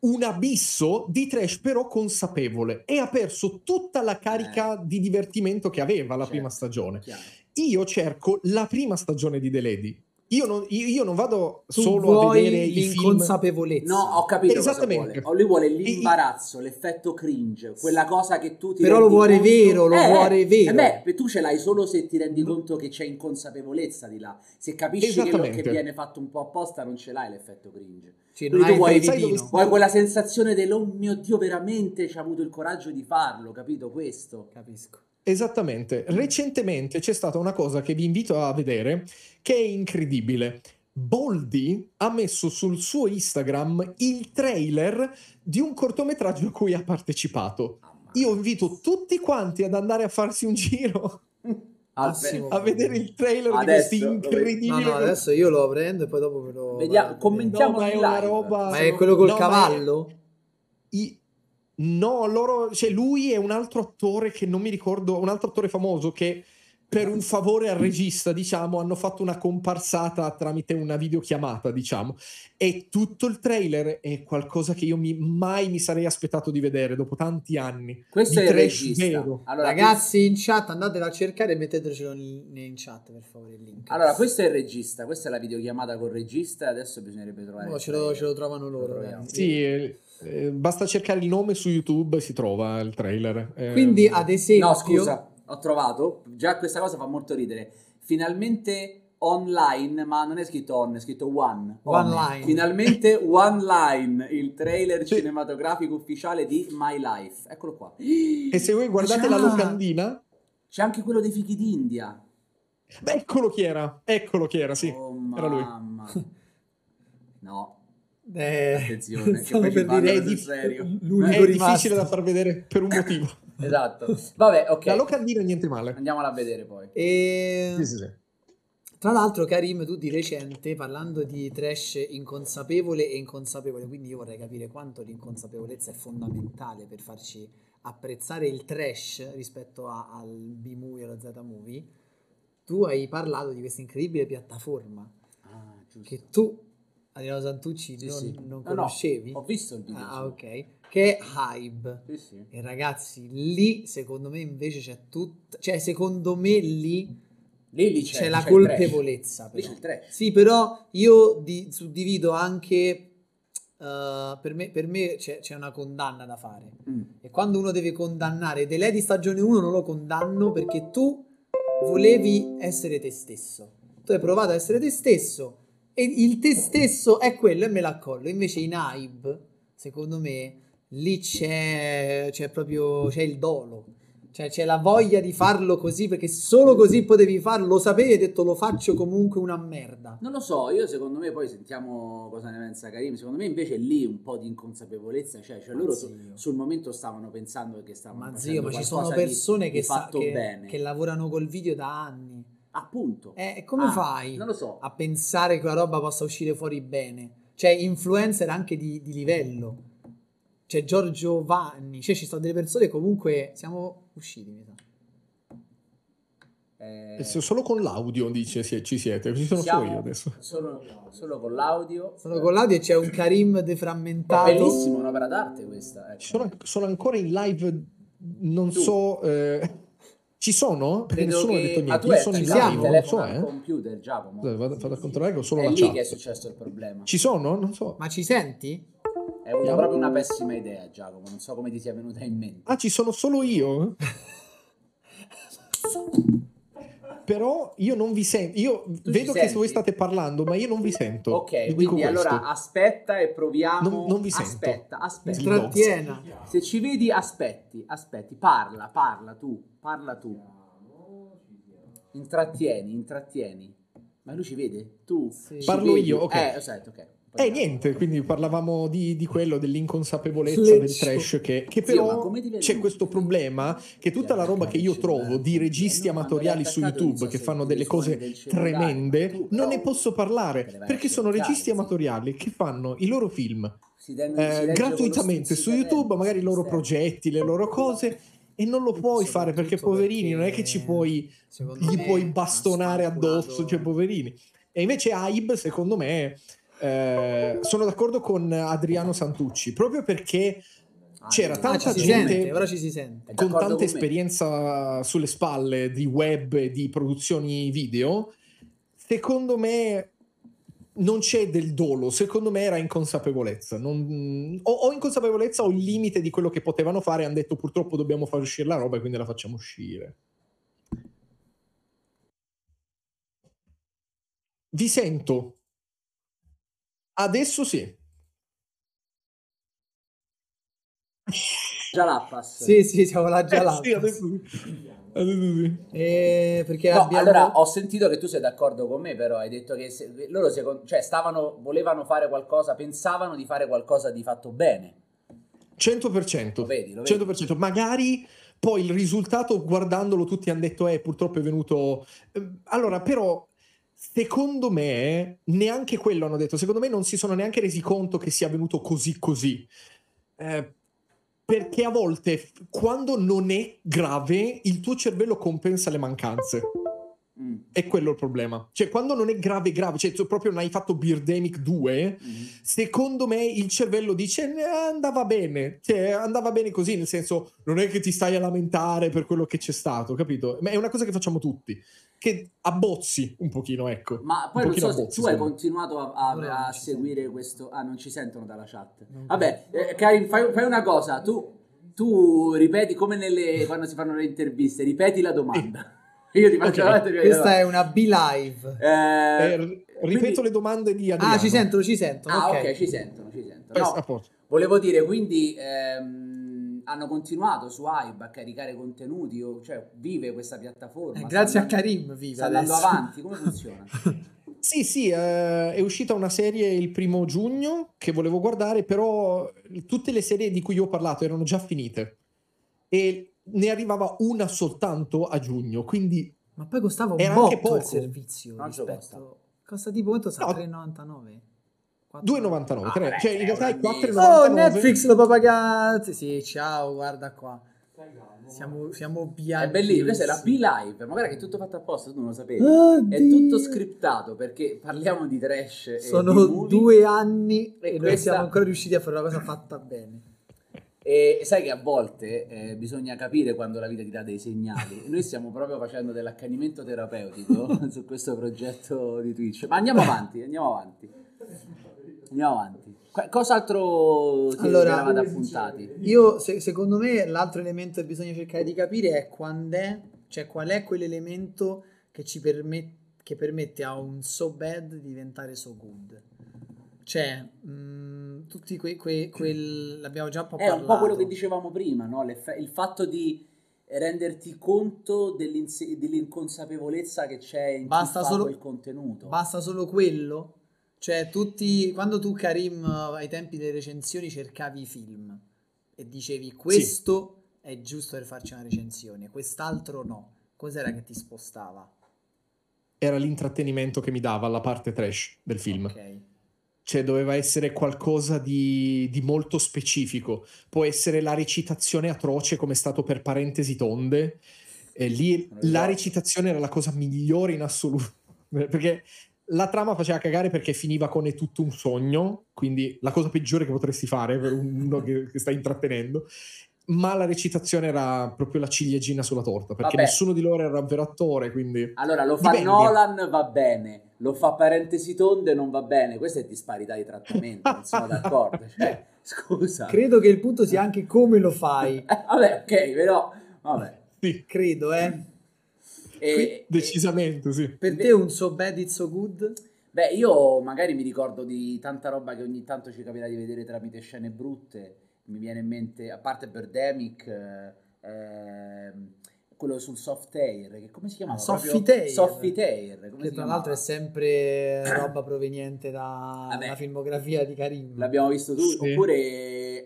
D: un abisso di trash però consapevole e ha perso tutta la carica di divertimento che aveva la
B: Certo.
D: prima stagione.
B: Chiaro.
D: Io cerco la prima stagione di The Lady. Io non, io- io non vado
C: Tu
D: solo a
C: vuoi
D: vedere i film
C: l'inconsapevolezza.
B: No, ho capito cosa vuole.
D: Esattamente.
B: Oh, Lui vuole
D: I-
B: l'imbarazzo, l'effetto cringe, quella cosa che tu ti
C: Però
B: rendi
C: lo vuole
B: conto-
C: vero, lo vuole vero.
B: eh beh, beh, tu ce l'hai solo se ti rendi conto che c'è inconsapevolezza di là. Se capisci che, lo- che
D: Esattamente.
B: viene fatto un po' apposta non ce l'hai l'effetto cringe.
C: Sì,
B: Tu
C: non hai il
B: vuoi-
D: sai dove
C: brividino.
B: Vuoi quella sensazione del oh mio Dio veramente ci ha avuto il coraggio di farlo, capito questo?
C: Capisco.
D: Esattamente. Recentemente c'è stata una cosa che vi invito a vedere che è incredibile. Boldi ha messo sul suo Instagram il trailer di un cortometraggio a cui ha partecipato.
B: Mamma.
D: Io invito tutti quanti ad andare a farsi un giro
B: Ah,
C: Massimo.
B: beh,
D: a vedere il trailer
B: Adesso,
D: di questi incredibili.
C: No, no, adesso io lo prendo e poi dopo ve lo...
B: Vediamo,
C: vado a
B: commentiamo.
D: No, ma è una
B: live.
D: roba.
C: vedere. Ma è quello col
D: No, ma è-
C: cavallo?
D: i- No, loro, cioè lui è un altro attore che non mi ricordo, un altro attore famoso che per un favore al regista, diciamo, hanno fatto una comparsata tramite una videochiamata, diciamo. E tutto il trailer è qualcosa che io mi- mai mi sarei aspettato di vedere dopo tanti anni.
B: questo
D: di
B: è il
D: trash
B: regista.
D: vero.
B: Allora,
C: Ragazzi in chat, andatelo a cercare e mettetecelo in, in chat per favore il link.
B: questo- allora, questo è il regista, questa è la videochiamata col regista, adesso bisognerebbe trovare...
C: No,
B: il
C: ce, lo,
B: trailer.
C: ce lo trovano
B: eh, Lo
C: loro.
B: troviamo.
C: ragazzi.
D: Sì, eh, eh, basta cercare il nome su YouTube e si trova il trailer. Eh,
C: Quindi ad esempio...
B: No, scusa, ho trovato, già questa cosa fa molto ridere. Finalmente online, ma non è scritto on, è scritto one.
C: One
B: On.
C: line.
B: Finalmente one line, il trailer
D: Sì.
B: cinematografico ufficiale di My Life. Eccolo qua.
D: E se voi guardate la
C: Già.
D: locandina,
B: C'è anche quello dei fichi d'India.
D: beh, eccolo chi era, eccolo chi era, Ah, sì.
B: Oh
D: era lui.
B: mamma. No,
C: Eh,
B: Attenzione, che
C: stavo
B: poi ci
C: per
B: parlano
C: dire
B: sul
C: di-
B: serio. Eh,
D: È
C: l'unico
D: difficile
C: rimasto.
D: da far vedere per un motivo.
B: esatto. Vabbè,
D: La
B: ok.
D: locandina è niente male.
B: Andiamola a vedere poi.
C: E...
D: Sì, sì, sì.
C: Tra l'altro, Karim, tu di recente, parlando di trash inconsapevole e inconsapevole, quindi io vorrei capire quanto l'inconsapevolezza è fondamentale per farci apprezzare il trash rispetto a- al B-movie e allo Z-movie. Tu hai parlato di questa incredibile piattaforma
B: Ah, giusto.
C: che tu, Adriano Santucci,
B: Sì,
C: non,
B: sì.
C: non
B: No, no,
C: conoscevi.
B: ho visto il video.
C: Ah,
B: sì.
C: ok. Che è Hype.
B: Sì, sì.
C: E ragazzi, lì secondo me invece c'è tutto, cioè secondo me lì
B: Lì, lì
C: c'è,
B: c'è,
C: la
B: c'è il
C: colpevolezza.
B: trash. Lì
C: però.
B: c'è il trash.
C: Sì, però io di- suddivido anche. eh, per me, per me c'è, c'è una condanna da fare.
B: Mm.
C: E quando uno deve condannare The Lady stagione 1 non lo condanno perché tu volevi essere te stesso. Tu hai provato a essere te stesso e il te stesso è quello e me l'accollo. Invece in Aib, secondo me, lì c'è, c'è proprio c'è il dolo. Cioè c'è la voglia di farlo così perché solo così potevi farlo, lo sapevi e hai detto lo faccio comunque una merda.
B: Non lo so, io secondo me poi sentiamo cosa ne pensa Karim, secondo me invece lì un po' di inconsapevolezza c'è, cioè
C: Ma
B: loro
C: zio.
B: su- sul momento stavano pensando che stavano
C: Ma
B: facendo
C: zio, ma ci sono
B: qualcosa di-
C: persone
B: di
C: che, sa-
B: fatto
C: che-
B: bene.
C: che lavorano col video da anni.
B: Appunto.
C: Eh, e come
B: Ah,
C: fai
B: Non lo so.
C: a pensare che una roba possa uscire fuori bene? Cioè, influencer anche di, di livello. Cioè, Giorgio Vanni. Cioè, ci sono delle persone che comunque siamo usciti, mi sa.
B: Eh,
D: Eh, se- Solo con l'audio dice sì, ci siete, ci sono
B: siamo
D: solo io adesso.
B: Solo, solo con l'audio.
C: Sono con l'audio e c'è un Karim
B: È
C: deframmentato.
B: bellissimo, un'opera d'arte questa. ecco.
D: Ci sono, sono ancora in live, non
B: Tu.
D: so... eh, ci sono? Perché
B: Credo
D: nessuno
B: che...
D: ha detto
B: Ma
D: niente.
B: tu
D: Io
B: hai
D: sono in
B: acceso il
C: siamo,
D: live, non
B: telefono
D: so,
B: al
D: eh.
B: computer, Giacomo.
D: Dai, Vado, vado a controllare che ho solo
B: È
D: la
B: lì
D: chat.
B: che è successo il problema.
D: Ci sono? Non so.
C: Ma ci senti?
B: È avuto proprio una pessima idea, Giacomo. Non so come ti sia venuta in mente.
D: Ah, ci sono solo io? però io non vi sento. Io vedo che
B: senti?
D: voi state parlando, ma io non vi sento. Vi
B: Ok,
D: ecco, dico
B: quindi
D: questo.
B: allora aspetta e proviamo.
D: Non- non vi sento.
B: Aspetta, aspetta.
D: Stra-
C: Trattiena.
B: Se ci vedi, aspetti, aspetti, parla, parla tu, parla tu. Intrattieni, intrattieni. Ma lui ci vede? Tu?
C: Sì.
B: Ci
D: Parlo
B: vedi?
D: io, ok.
B: Eh, aspetta, ok.
D: E niente, quindi parlavamo di, di quello, dell'inconsapevolezza del
C: Fleccio.
D: trash che, che
B: Zio, ma
D: però
B: come diventa-
D: c'è questo problema che tutta la roba che io trovo
B: eh.
D: di
B: cioè,
D: registi amatoriali su YouTube che fanno delle cose tremende, non ne posso parlare perché sono registi amatoriali che fanno i loro film
B: Si den- si
D: eh,
B: legge con lo
D: gratuitamente
B: stesso
D: su YouTube,
B: talento,
D: magari i loro
B: sì.
D: progetti, le loro cose e non lo puoi fare perché poverini, non è che ci puoi
C: Secondo
D: gli
C: me
D: puoi
C: ha
D: bastonare
C: spaccato-
D: addosso, cioè poverini. E invece Aib, secondo me, eh, sono d'accordo con Adriano Santucci, proprio perché
B: Ah,
D: c'era
B: sì.
C: Ah,
D: tanta
C: ci si
D: gente-
C: sente, ora ci si sente.
B: È
D: con
B: d'accordo me.
D: tanta esperienza sulle spalle di web e di produzioni video, secondo me non c'è del dolo, secondo me era inconsapevolezza. Non- o, o inconsapevolezza o il limite di quello che potevano fare, hanno detto purtroppo dobbiamo far uscire la roba e quindi la facciamo uscire. Vi sento. Adesso sì.
B: Jalappas.
C: Sì, sì, siamo là già là.
D: Eh, sì, adesso sì. Adesso sì.
C: Eh, perché
B: No,
C: abbiamo...
B: allora ho sentito che tu sei d'accordo con me, però hai detto che se- loro secon- cioè, stavano, volevano fare qualcosa, pensavano di fare qualcosa di fatto bene.
D: 100%.
B: Lo vedi, lo vedi.
D: 100%. Magari poi il risultato, guardandolo, tutti hanno detto, eh, purtroppo è venuto... eh, Allora, però, secondo me, neanche quello hanno detto. Secondo me non si sono neanche resi conto che sia venuto così così. Eh, perché a volte, f- quando non è grave, il tuo cervello compensa le mancanze.
B: Mm,
D: È quello il problema. Cioè, quando non è grave, grave, cioè tu proprio non hai fatto Birdemic 2,
B: mm.
D: secondo me il cervello dice "Eh, andava bene, cioè, andava bene così, nel senso non è che ti stai a lamentare per quello che c'è stato, capito? Ma è una cosa che facciamo tutti, che abbozzi un pochino, ecco.
B: Ma poi
D: Un
B: non
D: pochino
B: so se
D: abbozzi,
B: tu hai
D: secondo me.
B: continuato a, a-
C: No, no,
B: a
C: non ci
B: seguire questo. Ah, non ci sentono dalla chat.
C: Non
B: Vabbè, eh, Karim, fai, fai una cosa. Tu, tu ripeti come nelle, quando si fanno le interviste, ripeti la domanda. Io ti faccio
D: Ok,
B: la domanda.
C: Questa è una B-Live.
D: Eh, r- ripeto le domande di Adriano.
C: Ah, ci sentono, ci sentono.
B: Ah,
C: ok.
B: ok, ci sentono, ci sentono.
D: Eh,
B: No,
D: a posto.
B: Volevo dire, quindi ehm, hanno continuato su Hype a caricare contenuti, o- cioè vive questa piattaforma.
C: Eh, grazie
B: sta
C: a
B: andando-
C: Karim, viva
B: Sta andando
C: adesso.
B: avanti, come funziona?
D: Sì, sì, eh, è uscita una serie il primo giugno che volevo guardare, però tutte le serie di cui io ho parlato erano già finite e ne arrivava una soltanto a giugno, quindi
C: Ma poi costava un
D: Era
C: botto
D: anche poco.
C: il servizio
B: Quanto
C: rispetto... Costa? tipo quanto sta?
D: No.
C: 3,99?
D: 2,99.
B: Ah,
D: tre-
B: beh,
D: cioè, in realtà è
B: una
D: 4,99.
C: Oh, Netflix lo può pagare. Sì, ciao, guarda qua. Siamo, siamo bianchi.
B: è bellissimo, questa è la B-Live, ma guarda che è tutto fatto apposta, tu non lo sapevi.
C: Oddio.
B: È tutto scriptato perché parliamo di trash e di
C: Sono
B: movie.
C: due anni e,
B: E
C: non
B: questa-
C: siamo ancora riusciti a fare una cosa fatta bene.
B: E sai che a volte eh, bisogna capire quando la vita ti dà dei segnali. Noi stiamo proprio facendo dell'accanimento terapeutico su questo progetto di Twitch. Ma andiamo avanti, andiamo avanti. Andiamo avanti. Qua- cos'altro ti
C: Allora- eh,
B: eravate appuntati?
C: Io, se- secondo me, l'altro elemento che bisogna cercare di capire è quando è, cioè qual è quell'elemento che ci permette che permette a un so bad di diventare so good. Cioè, mh, tutti quei, quei- quel l'abbiamo già un po'
B: È un po'
C: parlato.
B: quello che dicevamo prima, no? L'eff- il fatto di renderti conto dell'inse- dell'inconsapevolezza che c'è in chi
C: Basta
B: fa
C: solo-
B: quel contenuto.
C: Basta solo quello? Cioè, tutti. Quando tu, Karim, ai tempi delle recensioni cercavi i film e dicevi questo è giusto per farci una recensione, quest'altro no. Cos'era che ti spostava?
D: Era l'intrattenimento che mi dava la parte trash del film.
C: Ok.
D: Cioè, doveva essere qualcosa di, di molto specifico. Può essere la recitazione atroce, come è stato per parentesi tonde. E lì
B: Non lo so.
D: la recitazione era la cosa migliore in assoluto. Perché la trama faceva cagare perché finiva con è tutto un sogno, quindi la cosa peggiore che potresti fare per uno che, che sta intrattenendo. Ma la recitazione era proprio la ciliegina sulla torta, perché
B: Vabbè.
D: nessuno di loro era vero attore, quindi...
B: Allora, lo fa
D: Dipende.
B: Nolan va bene, lo fa parentesi tonde non va bene. Questa è disparità di trattamento, non sono d'accordo. Cioè, scusa.
C: Credo che il punto sia anche come lo fai.
B: Eh, vabbè, ok, però... Vabbè.
D: Sì.
C: Credo, eh.
B: E-
D: Decisamente, sì.
C: Per te un so bad it's so good?
B: Beh, io magari mi ricordo di tanta roba che ogni tanto ci capita di vedere tramite scene brutte. Mi viene in mente, a parte Birdemic, eh, ehm, quello sul soft air, che come si chiamava? proprio?
C: Soffitair.
B: Soffitair, come
C: Ah, Che
B: si
C: tra
B: chiamava?
C: l'altro è sempre roba proveniente da-
B: Vabbè.
C: dalla filmografia di Karim.
B: L'abbiamo visto tutti,
D: Sì.
B: oppure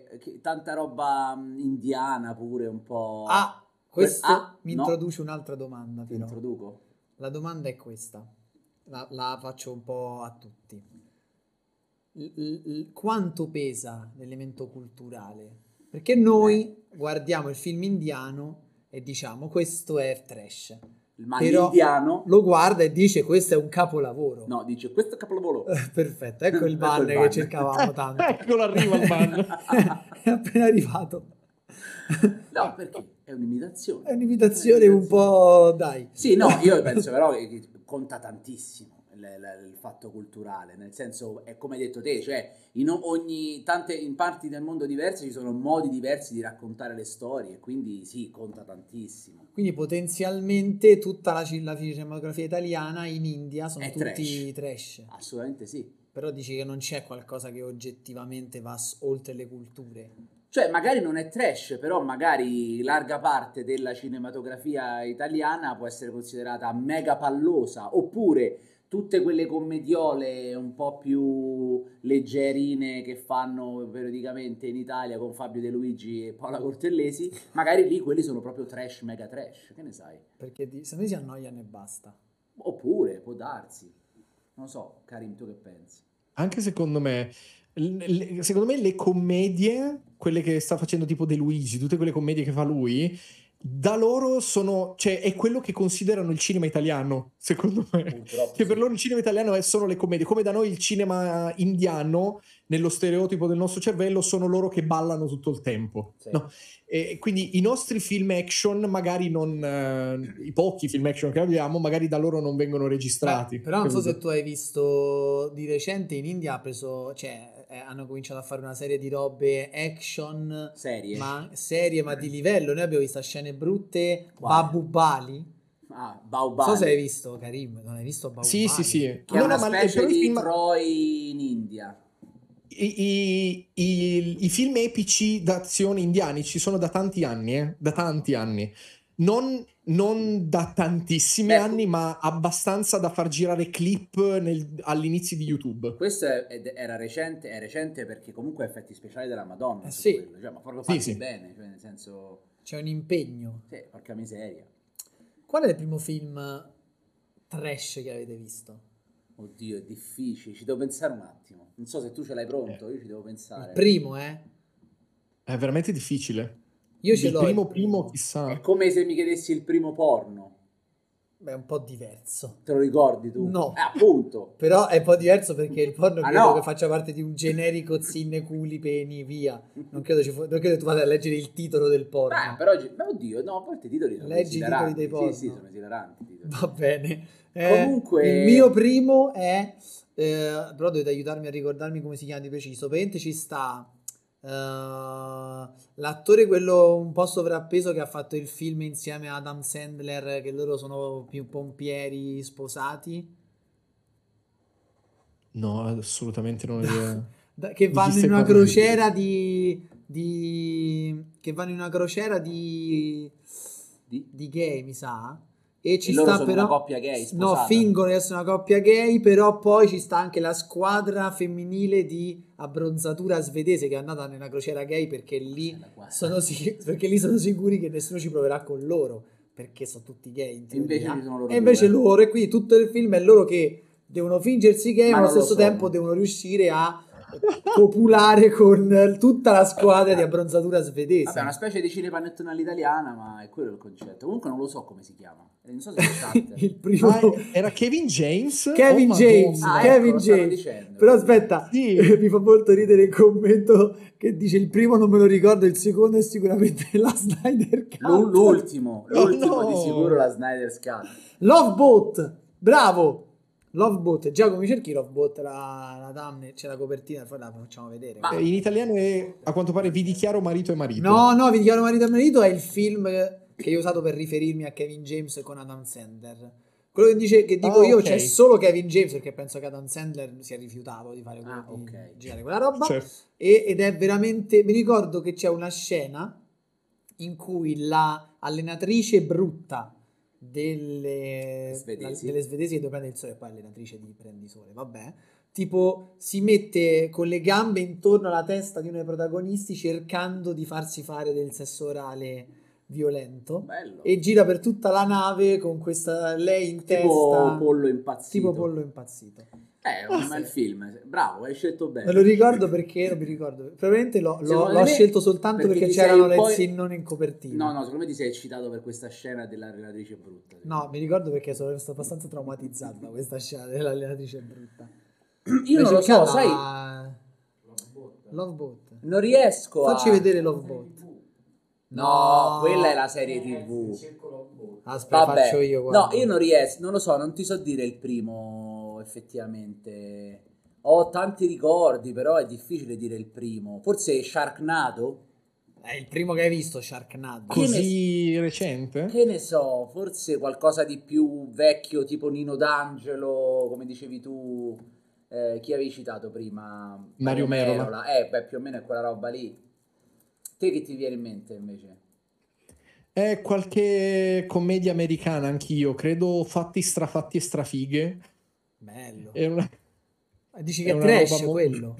B: eh, che- tanta roba mh, indiana pure un po'...
C: Ah, questo
B: Ah,
C: mi
B: no.
C: introduce un'altra domanda
B: ti
C: però.
B: introduco?
C: La domanda è questa, la, la faccio un po' a tutti. L- l- l- quanto pesa l'elemento culturale? Perché noi
B: Eh.
C: guardiamo il film indiano e diciamo questo è trash.
B: Ma
C: Però-
B: l'indiano...
C: Lo guarda e dice questo è un capolavoro.
B: No, dice, questo è capolavoro.
C: Perfetto, ecco
B: Ecco
C: il
B: il
C: banner che
B: banner.
C: cercavamo
B: Ah,
C: tanto.
D: Eccolo, arriva il ban.
C: è appena arrivato.
B: No, perché è un'imitazione.
C: È un'imitazione un po'... dai.
B: Sì, no, io penso però che, che conta tantissimo il, il- il fatto culturale, nel senso, è come hai detto te, cioè in o- ogni, tante, in parti del mondo diverse ci sono modi diversi di raccontare le storie, quindi sì, conta tantissimo.
C: Quindi potenzialmente tutta la, ci- la cinematografia italiana in India sono
B: È
C: tutti trash.
B: Assolutamente sì.
C: Però dici che non c'è qualcosa che oggettivamente va s- oltre le culture.
B: Cioè, magari non è trash, però magari larga parte della cinematografia italiana può essere considerata mega pallosa, oppure tutte quelle commediole un po' più leggerine che fanno periodicamente in Italia con Fabio De Luigi e Paola Cortellesi, magari lì quelli sono proprio trash, mega trash, che ne sai?
C: Perché di- se me si annoiano e basta.
B: Oppure, può darsi. Non so, Karim, tu che pensi?
D: Anche secondo me, le- le- secondo me le commedie, quelle che sta facendo tipo De Luigi, tutte quelle commedie che fa lui, da loro sono, cioè è quello che considerano il cinema italiano, secondo me.
C: Oh,
B: Purtroppo
D: Che per
B: sì.
D: loro il cinema italiano è solo le commedie, come da noi il cinema indiano, nello stereotipo del nostro cervello, sono loro che ballano tutto il tempo.
B: Sì.
D: no? E quindi i nostri film action, magari non, eh, i pochi film action che abbiamo, magari da loro non vengono registrati.
C: Beh, Cioè, però non so
D: capito?
C: se tu hai visto di recente in India ha preso, cioè, eh, hanno cominciato a fare una serie di robe action,
B: Serie.
C: ma serie ma di livello. Noi abbiamo visto scene brutte,
B: Quale?
C: Babu Bali.
B: Ah,
C: Non
B: Baobab.
C: so se hai visto Karim, non hai visto Babu
D: Sì,
C: Bali?
D: sì, sì.
B: Che è
D: No,
B: una
D: no, ma-
B: specie
D: però il
B: di
D: film-
B: Troy in India.
D: I, i- i- i film epici d'azione indiani ci sono da tanti anni, eh, da tanti anni. Non, non da tantissimi
B: Beh.
D: anni, ma abbastanza da far girare clip nel- all'inizio di YouTube.
B: Questo è- ed era recente, è recente perché comunque ha effetti speciali della Madonna.
C: Eh
B: su
C: sì.
B: quello, cioè, ma proprio
D: Sì,
B: fatti
D: sì.
B: bene, cioè, nel senso,
C: C'è un impegno.
B: sì, porca miseria.
C: Qual è il primo film trash che avete visto?
B: Oddio, è difficile, ci devo pensare un attimo. Non so se tu ce l'hai pronto, io ci devo
C: Eh. Il
B: pensare.
C: primo, eh?
D: È veramente difficile.
C: Io ce
D: Il
C: l'ho.
D: primo, primo, chissà.
B: È come se mi chiedessi il primo porno.
C: Beh, è un po' diverso.
B: Te lo ricordi tu?
C: No.
B: Eh, appunto.
C: Però è un po' diverso perché il porno
B: Ah,
C: credo
B: no.
C: che faccia parte di un generico zinne culi peni via. Non credo, ci fu- non credo tu vada a leggere il titolo del porno.
B: Beh, Ah, però, ci- ma oddio, no, a parte i titoli sono
C: Leggi i titoli
B: esilaranti.
C: dei porno.
B: Sì, sì, sono esilaranti i titoli.
C: Va bene. Eh,
B: Comunque-
C: Il mio primo è... eh, però dovete aiutarmi a ricordarmi come si chiama di preciso. Praticamente ci sta... eh, l'attore quello un po' sovrappeso che ha fatto il film insieme ad Adam Sandler che loro sono più pompieri sposati
D: No, assolutamente non ho idea.
C: Da- che
D: Di
C: vanno
D: chissà
C: in una
D: cosa
C: crociera di, di che vanno in una crociera di
B: Di?
C: di gay mi sa e ci
B: E loro
C: sta
B: sono
C: però
B: una coppia gay, sposata.
C: no fingono di essere una coppia gay però poi ci sta anche la squadra femminile di abbronzatura svedese che è andata nella crociera gay perché lì
B: Guarda qua.
C: sono, sic- perché lì sono sicuri che nessuno ci proverà con loro perché sono tutti gay in
B: E invece
C: teoria.
B: ci sono loro
C: eh. E invece
B: due.
C: loro, e quindi tutto il film è loro che devono fingersi gay,
B: Ma
C: ma allo
B: non lo
C: stesso
B: sono.
C: tempo devono riuscire a popolare con tutta la squadra di abbronzatura svedese.
B: Vabbè, è una specie di cinepanettone all'italiana, ma è quello il concetto. Comunque non lo so come si chiama. Eh, Non so se è chat.
C: il primo
D: Ma Ah, era Kevin James?
C: Kevin
D: Oh,
C: James,
D: Madonna.
B: Ah, ecco,
C: Kevin
B: lo stavo
C: James.
B: dicendo.
C: Però aspetta,
D: Sì.
C: mi fa molto ridere il commento che dice il primo non me lo ricordo, il secondo è sicuramente la Snyder Cut.
B: L'u- l'ultimo,
D: No,
B: l'ultimo
D: no.
B: di sicuro la Snyder's Cut.
C: Lovebot, bravo! Lovebot, Giacomo mi cerchi Lovebot, la, la thumbnail, c'è la copertina, poi la facciamo vedere.
B: Ma-
D: Eh, In italiano è, a quanto pare, vi dichiaro marito e marito.
C: No, no, vi dichiaro marito e marito è il film che io ho usato per riferirmi a Kevin James con Adam Sandler. Quello che, dice, che dico
D: Ah,
C: io
D: ok.
C: c'è solo Kevin James perché penso che Adam Sandler si è rifiutato di fare quella,
B: Ah,
C: di
B: ok. Cioè,
C: girare quella roba.
D: Certo.
C: E- ed è veramente. Mi ricordo che c'è una scena in cui la allenatrice brutta delle
B: Svedesi.
C: la- delle svedesi che dove prende il sole, poi allenatrice di prendi sole, vabbè. Tipo, si mette con le gambe intorno alla testa di uno dei protagonisti cercando di farsi fare del sesso orale violento
B: Bello.
C: e gira per tutta la nave con questa lei in
B: tipo
C: testa
B: pollo impazzito.
C: tipo pollo impazzito
B: Eh, è un bel film. Bravo, hai scelto bene.
C: me lo ricordo perché non mi ricordo probabilmente l'ho, l'ho-
B: Secondo
C: l'ho
B: me-
C: scelto soltanto perché,
B: ti sei
C: c'erano
B: un
C: le
B: po'-
C: zinnone in copertina
B: No, no, secondo me ti sei eccitato per questa scena della relatrice brutta.
C: No, mi ricordo perché sono stato abbastanza traumatizzato da questa scena dell'allenatrice brutta
B: Io non lo so, sai,
C: sai Lovebot
B: non riesco a...
C: facci vedere Lovebot
B: No, quella è la serie TV.
C: Ah, aspetta
B: Vabbè.
C: faccio io guarda.
B: no, io non riesco, non lo so, non ti so dire il primo effettivamente. Ho tanti ricordi, però è difficile dire il primo. Forse Sharknado?
C: è il primo che hai visto Sharknado
B: Chi-
D: Così recente?
B: Che ne so, forse qualcosa di più vecchio, tipo Nino D'Angelo, come dicevi tu. Eh, chi avevi citato prima?
D: Mario Merola.
B: Eh, beh, più o meno è quella roba lì. Te che ti viene in mente invece?
D: È qualche commedia americana anch'io, credo fatti strafatti e strafighe.
C: bello
B: Eh,
C: Eh,
D: È una-
C: dici
D: è
C: che è
D: una
C: trash
D: roba mo-
C: quello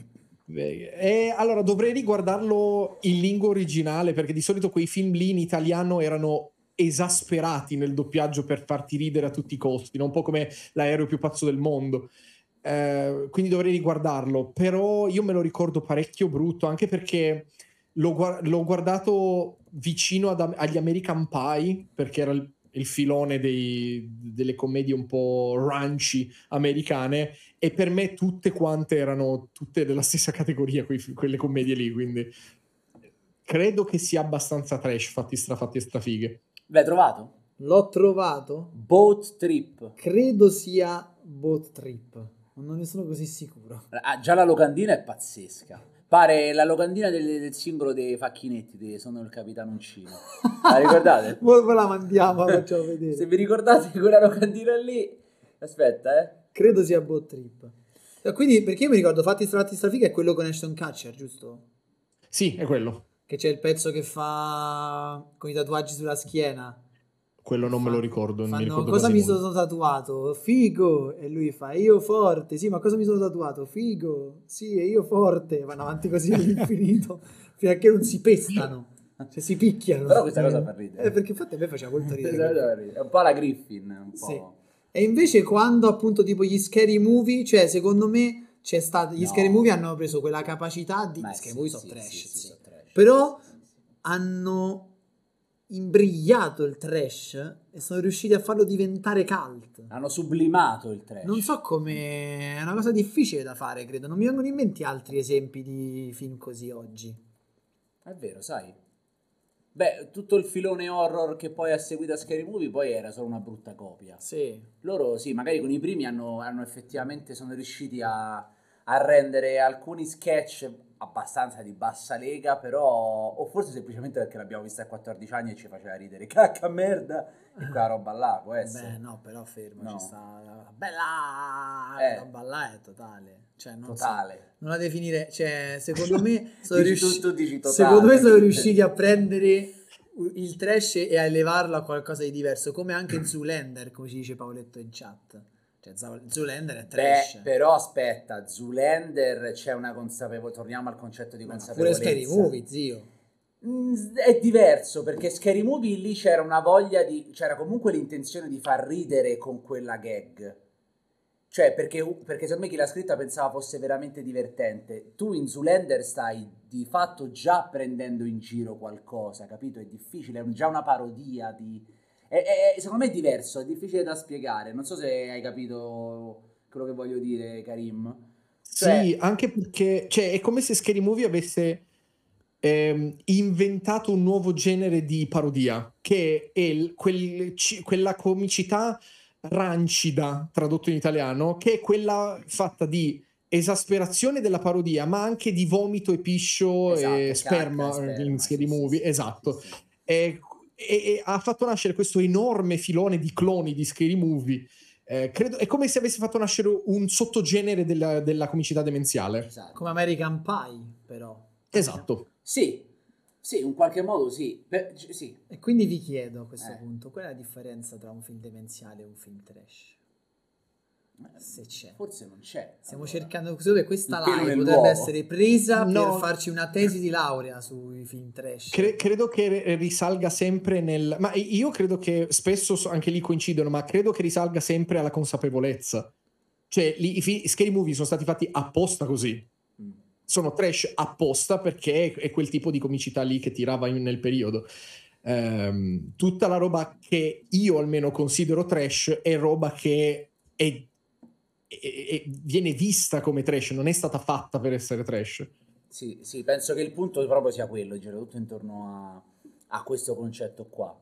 D: E Eh, allora dovrei riguardarlo in lingua originale perché di solito quei film lì in italiano erano esasperati nel doppiaggio per farti ridere a tutti i costi, no? un po' come l'aereo più pazzo del mondo. Eh, quindi dovrei riguardarlo, però io me lo ricordo parecchio brutto anche perché l'ho, guar- l'ho guardato vicino ad- agli American Pie perché era il, il filone dei- delle commedie un po' ranchy americane e per me tutte quante erano tutte della stessa categoria quei fi- quelle commedie lì quindi credo che sia abbastanza trash fatti strafatti e strafighe
B: L'hai trovato?
C: l'ho trovato
B: Boat Trip.
C: Credo sia Boat Trip, non ne sono così sicuro.
B: Ah, già la locandina è pazzesca. Pare la locandina del, del singolo dei Facchinetti, di Sono il Capitanoncino. La Ah, ricordate?
C: Voi ve la mandiamo, la Ah, facciamo vedere.
B: Se vi ricordate quella locandina lì... Aspetta, eh.
C: Credo sia Boat Trip. Eh, Quindi, perché io mi ricordo, Fatti Strati Strafica è quello con Ashton Catcher, giusto?
D: sì è quello
C: Che c'è il pezzo che fa con i tatuaggi sulla schiena.
D: quello non me lo ricordo non mi
C: Fanno,
D: ricordo
C: cosa
D: quasi
C: mi
D: nulla."
C: sono tatuato? Figo! E lui fa, io forte. Sì, ma cosa mi sono tatuato? Figo! Sì, e io forte. Vanno avanti così all'infinito, fino a che non si pestano. Cioè, si picchiano.
B: Però questa cosa fa ridere.
C: Eh, perché infatti a me faceva molto ridere.
B: Questa cosa fa Esatto, ridere. È un po' la Griffin, un po'...
C: Sì. E invece quando appunto tipo gli scary movie, cioè secondo me c'è stato, gli
B: No.
C: scary movie hanno preso quella capacità di...
B: Ma
C: Gli
B: sì,
C: scary movie sono
B: sì,
C: trash,
B: sì, sì,
C: sì.
B: sono trash.
C: Però hanno imbrigliato il trash e sono riusciti a farlo diventare cult.
B: Hanno sublimato il trash.
C: Non so come... è una cosa difficile da fare, credo. Non mi vengono in mente altri esempi di film così oggi.
B: È vero, sai? Beh, tutto il filone horror che poi ha seguito a Scary Movie poi era solo una brutta copia.
C: Sì.
B: Loro sì, magari con i primi hanno, hanno effettivamente sono riusciti a, a rendere alcuni sketch abbastanza di bassa lega, però o forse semplicemente perché l'abbiamo vista a 14 anni e ci faceva ridere cacca merda e quella roba là può essere.
C: Beh, no, però fermo,
B: No.
C: ci sta la bella,
B: Eh.
C: la roba là è totale, cioè non so,
B: Totale.
C: non la definire, cioè secondo me sono
B: Dici tu-
C: riusciti
B: tu dici totale.
C: secondo me sono riusciti a prendere il trash e a elevarlo a qualcosa di diverso, come anche in Zoolander, come ci dice Paoletto in chat. Cioè Zo- Zoolander è trash.
B: Beh, però aspetta, Zoolander c'è una consapevolezza, torniamo al concetto di
C: Ma pure
B: consapevolezza.
C: Scary Movie, zio.
B: Mm, È diverso perché Scary Movie lì c'era una voglia di. c'era comunque l'intenzione di far ridere con quella gag. Cioè, perché, perché secondo me chi l'ha scritta pensava fosse veramente divertente. Tu in Zoolander stai di fatto già prendendo in giro qualcosa, capito? È difficile, è un- già una parodia di. è- è- è- secondo me è diverso, è difficile da spiegare. Non so se hai capito quello che voglio dire, Karim. Cioè-
D: Sì, anche perché cioè, è come se Scary Movie avesse ehm, inventato un nuovo genere di parodia, che è il- quel- ci- quella comicità rancida, tradotto in italiano, che è quella fatta di esasperazione della parodia, ma anche di vomito e piscio
B: Esatto,
D: e
B: cacca,
D: sperma,
B: sperma,
D: in
B: sì,
D: Scary
B: sì,
D: Movie,
B: sì,
D: esatto.
B: sì, sì.
D: E e, e ha fatto nascere questo enorme filone di cloni di scary movie. Eh, credo, è come se avesse fatto nascere un sottogenere della, della comicità demenziale.
B: Esatto.
C: Come American Pie, però.
D: Esatto.
B: Sì, sì, in qualche modo sì. Beh, c- sì.
C: E quindi vi chiedo a questo
B: Eh.
C: punto, qual è la differenza tra un film demenziale e un film trash? Se c'è.
B: Forse non c'è.
C: Stiamo
B: allora.
C: cercando solo che questa
B: Il pelo
C: live
B: nell'uovo.
C: potrebbe essere presa
D: No.
C: per farci una tesi di laurea sui film trash.
D: Cre- credo che re- risalga sempre nel... Ma io credo che spesso so- anche lì coincidono, ma credo che risalga sempre alla consapevolezza. Cioè, lì, i fi- scary movie sono stati fatti apposta così.
B: Mm.
D: Sono trash apposta perché è quel tipo di comicità lì che tirava in- nel periodo. Ehm, tutta la roba che io almeno considero trash è roba che è- è- è- viene vista come trash, non è stata fatta per essere trash.
B: Eh, Sì, sì, penso che il punto proprio sia quello, gira tutto intorno a, a questo concetto qua.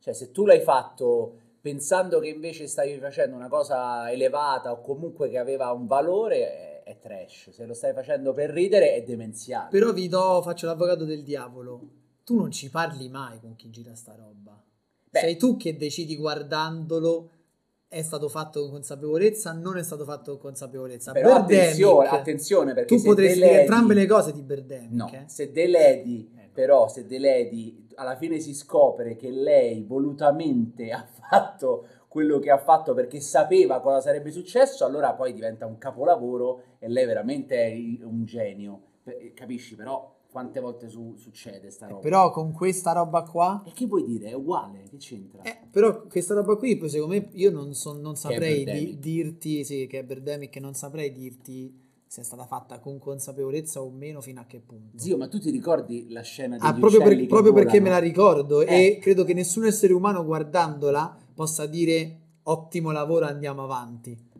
B: Cioè, se tu l'hai fatto pensando che invece stavi facendo una cosa elevata o comunque che aveva un valore, è, è trash. Se lo stai facendo per ridere, è demenziale.
C: Però vi do, faccio l'avvocato del diavolo. Tu non ci parli mai con chi gira sta roba.
B: Beh.
C: Sei tu che decidi guardandolo è stato fatto con consapevolezza, non è stato fatto con consapevolezza.
B: Però
C: Birdemic,
B: attenzione, attenzione, perché
C: tu
B: se
C: potresti
B: deledi-
C: dire entrambe le cose di Birdemic.
B: No,
C: eh.
B: se deledi, però, se deledi, alla fine si scopre che lei volutamente ha fatto quello che ha fatto perché sapeva cosa sarebbe successo, allora poi diventa un capolavoro e lei veramente è i- un genio. Per- Capisci, però, quante volte su- succede sta roba?
C: Eh, Però con questa roba qua
B: E che vuoi dire? È uguale, che c'entra?
C: Eh, però questa roba qui, poi, secondo me, io non, so- non saprei
B: Birdemic.
C: di- dirti, sì, che è Birdemic, non saprei dirti se è stata fatta con consapevolezza o meno fino a che punto.
B: Zio, ma tu ti ricordi la scena di
C: Ah, proprio, per- proprio perché me la ricordo
B: Eh.
C: e credo che nessun essere umano guardandola possa dire ottimo lavoro, andiamo avanti.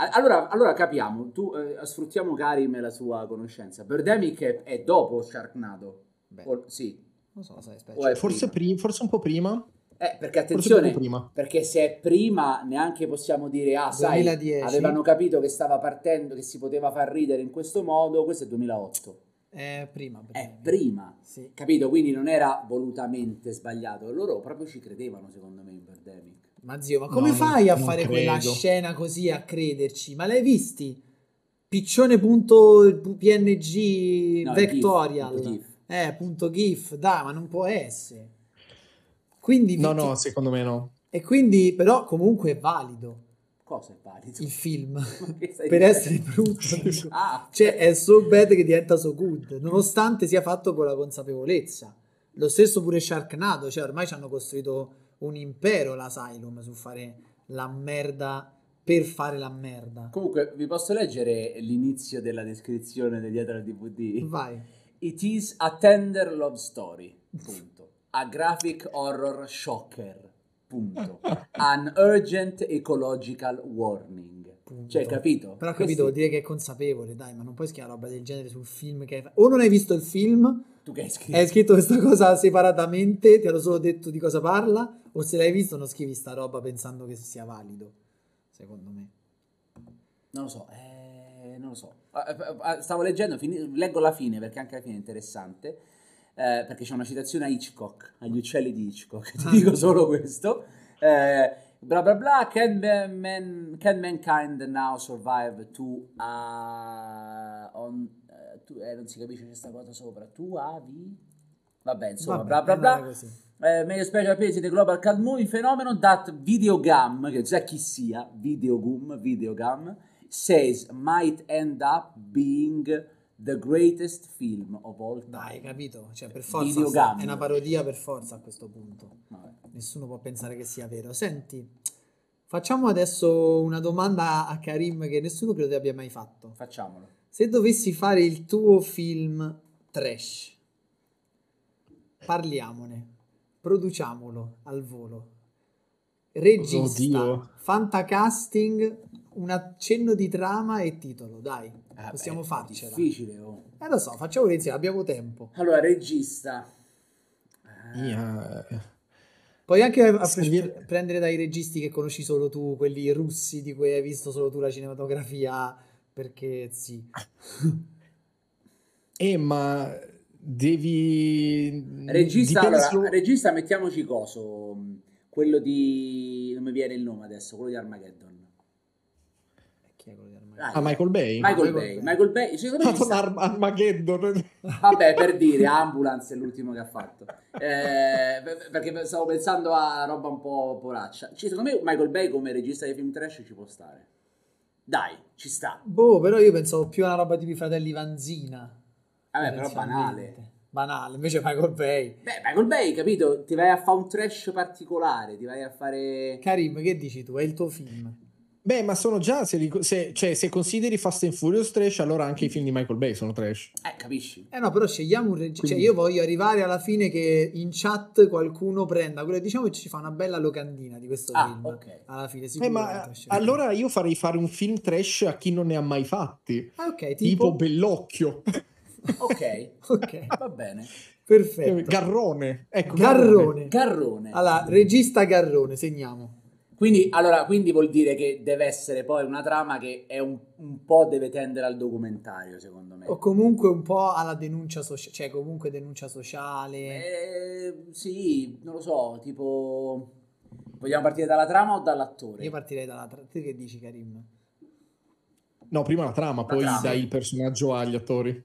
B: A- Allora, allora capiamo, tu, eh, sfruttiamo Karim e la sua conoscenza. Birdemic è, è dopo Sharknado.
C: Beh,
B: O- sì,
C: non so, sai, aspetta.
B: o è
D: Forse,
B: prima?
D: pri- forse un po' prima.
B: Eh, perché
D: Forse un po'
B: attenzione,
D: prima.
B: perché se è prima neanche possiamo dire, ah, sai,
C: 2010.
B: avevano capito che stava partendo, che si poteva far ridere in questo modo, questo è 2008.
C: Eh, prima.
B: È
C: Birdemic.
B: prima,
C: Sì.
B: capito? Quindi non era volutamente sbagliato. Loro proprio ci credevano, secondo me, in Birdemic.
C: Ma zio, ma come
D: No,
C: fai
D: non-
C: a
D: non
C: fare quella
D: credo.
C: scena così a crederci? Ma l'hai visti?
B: No,
C: Piccione.png
B: il GIF,
C: vectorial.
B: il GIF.
C: Eh, punto GIF, dai, ma non può essere. Quindi,
D: No, no, secondo me no.
C: e quindi, però, comunque è valido
B: Cosa è valido?
C: il film
B: Che stai
C: per
B: dicendo?
C: essere brutto.
B: Ah,
C: cioè, è so bad che diventa so good, nonostante sia fatto con la consapevolezza. Lo stesso pure Sharknado, cioè ormai ci hanno costruito un impero l'Asylum su fare la merda per fare la merda.
B: Comunque, vi posso leggere l'inizio della descrizione del dietro al DVD?
C: Vai.
B: It is a tender love story. Punto. A graphic horror shocker. Punto. An urgent ecological warning.
C: Punto.
B: Cioè, capito?
C: Però capito, vuol
B: Questi-
C: dire che è consapevole, dai, ma non puoi scrivere roba del genere sul film che hai fa- O non hai visto il film,
B: Tu che hai scritto?
C: hai scritto questa cosa separatamente, ti hanno solo detto di cosa parla, o se l'hai visto non scrivi sta roba pensando che sia valido, secondo me.
B: Non lo so, eh, non lo so. Ah, eh, ah, Stavo leggendo, fini- leggo la fine perché anche la fine è interessante. eh, perché c'è una citazione a Hitchcock, agli uccelli di Hitchcock, ti
C: Ah.
B: dico solo questo. Eh, bla bla bla, can, man- man- can mankind now survive to a... on- eh, tu- eh, non si capisce questa cosa sopra, tu avi... Vabbè, insomma,
C: Vabbè,
B: bla bla bla.
C: andava così.
B: Eh, meglio special appearance in the global cult movie phenomenon that videogam, che già chi sia, videogum, videogam, says might end up being the greatest film of all time.
C: Dai, capito? Cioè, per forza
B: Videogame.
C: è una parodia per forza a questo punto.
B: Vabbè.
C: Nessuno può pensare che sia vero. Senti, facciamo adesso una domanda a Karim che nessuno credo ti abbia mai fatto.
B: Facciamolo.
C: Se dovessi fare il tuo film trash, parliamone, produciamolo al volo. Regista,
D: Oddio.
C: fantacasting, un accenno di trama e titolo, dai.
B: Ah,
C: Possiamo
B: beh, è
C: farcela.
B: Difficile, oh.
C: Eh lo so, facciamolo insieme, abbiamo tempo.
B: Allora, regista. Eh,
D: Mia, eh.
C: Puoi anche a- a-
D: Servire-
C: prendere dai registi che conosci solo tu, quelli russi di cui hai visto solo tu la cinematografia, perché sì.
D: Eh, ma devi...
B: Regista,
D: dipende
B: allora,
D: solo-
B: regista, mettiamoci coso. mh, Quello di. non mi viene il nome adesso, quello di Armageddon.
C: Eh, Chi è quello di Armageddon?
B: Dai.
D: Ah, Michael Bay?
B: Michael
C: Michael
B: Bay.
C: Bay.
B: Michael Bay, secondo me. ci
D: Madonna,
B: sta.
D: Arm- Armageddon.
B: Vabbè, per dire, Ambulance è l'ultimo che ha fatto. Eh, per- perché stavo pensando a roba un po' poraccia. Cioè, secondo me Michael Bay come regista dei film trash ci può stare. Dai, ci sta.
C: Boh, però io pensavo più a una roba tipo i fratelli Vanzina. Eh,
B: Vabbè, però banale.
C: Tendenzialmente. Banale, invece Michael Bay.
B: Beh, Michael Bay, capito? Ti vai a fare un trash particolare, ti vai a fare...
C: Karim, che dici tu? È il tuo film.
D: Beh, ma sono già, se, li- se- cioè, se consideri Fast and Furious trash, allora anche i film di Michael Bay sono trash.
B: Eh, capisci?
C: Eh no, però scegliamo un regista. Cioè,
D: Quindi-
C: io voglio arrivare alla fine che in chat qualcuno prenda quello, diciamo, e ci fa una bella locandina di questo
B: Ah,
C: film.
B: ok.
C: Alla fine,
D: Eh,
C: sicuramente.
D: ma
C: scegliamo.
D: allora io farei fare un film trash a chi non ne ha mai fatti.
C: Ah, ok,
D: Tipo,
C: tipo.
D: Bellocchio,
B: Ok,
C: ok,
B: va bene.
C: perfetto.
D: Eh, Garrone. Ecco,
C: Garrone.
B: Garrone.
C: Allora, regista Garrone, segniamo.
B: Quindi, allora, quindi vuol dire che deve essere poi una trama che è un, un po' deve tendere al documentario, secondo me.
C: O comunque un po' alla denuncia sociale, cioè comunque denuncia sociale.
B: Eh, sì, non lo so, tipo... Vogliamo partire dalla trama o dall'attore?
C: Io partirei dalla tra- te che dici Karim?
D: No, prima la trama, poi
B: trama.
D: dai il personaggio agli attori.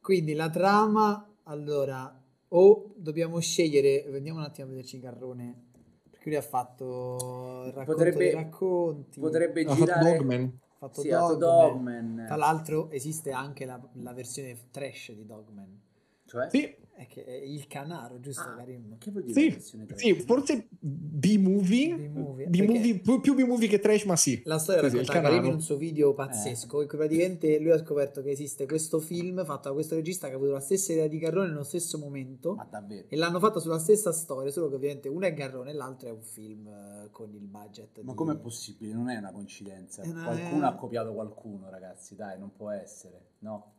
C: Quindi la trama, allora, o dobbiamo scegliere, vediamo un attimo a vederci Garrone, perché lui ha fatto il racconto
B: Potrebbe-
C: dei racconti,
B: Potrebbe
D: Ah,
B: girare...
D: Dogman.
C: ha fatto
B: Sì, Hot
C: Dogman.
B: Dogman.
C: Tra l'altro esiste anche la, la versione trash di Dogman,
B: Cioè?
D: Sì,
C: è che è il canaro, giusto
B: Ah,
C: Karim?
B: che vuol dire
D: Sì,
B: versione trash?
D: sì, forse B-movie,
C: B-movie,
D: B-movie,
C: perché-
D: più, più B-movie che trash, ma sì.
C: La storia
D: Sì, sì,
C: racconta
D: il
C: Karim in
D: canaro.
C: un suo
B: Eh.
C: video pazzesco in cui praticamente lui ha scoperto che esiste questo film fatto da questo regista che ha avuto la stessa idea di Garrone nello stesso momento
B: Ma davvero?
C: e l'hanno fatto sulla stessa storia, solo che ovviamente uno è Garrone e l'altro è un film eh, con il budget.
B: Ma
C: di-
B: com'è possibile? Non è una coincidenza.
D: Eh,
C: È una-
B: Qualcuno ha copiato qualcuno, ragazzi, dai, non può essere, no?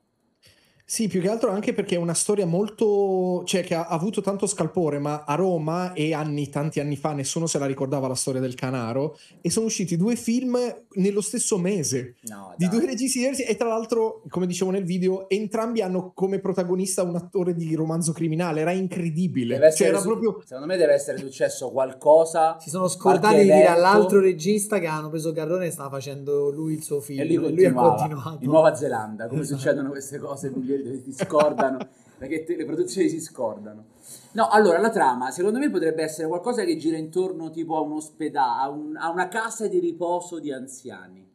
D: Sì, più che altro anche perché è una storia molto, cioè che ha ha avuto tanto scalpore, ma a Roma e anni, tanti anni fa nessuno se la ricordava la storia del Canaro e sono usciti due film nello stesso mese
B: No,
D: di
B: dai.
D: due registi diversi e tra l'altro, come dicevo nel video, entrambi hanno come protagonista un attore di romanzo criminale, era incredibile.
B: Deve
D: Cioè
B: essere
D: era
B: su-
D: proprio
B: Secondo me deve essere successo qualcosa
C: Si sono scordati
B: Qualche
C: di dire
B: evento.
C: all'altro regista che hanno preso Garrone e stava facendo lui il suo film
B: e lì
C: ha
B: continuava.
C: continuato.
B: In Nuova Zelanda, come
C: Esatto.
B: succedono queste cose migliori dove si scordano, perché te- le produzioni si scordano. No, allora la trama, secondo me potrebbe essere qualcosa che gira intorno tipo a un ospedale, a, un- a una casa di riposo di anziani.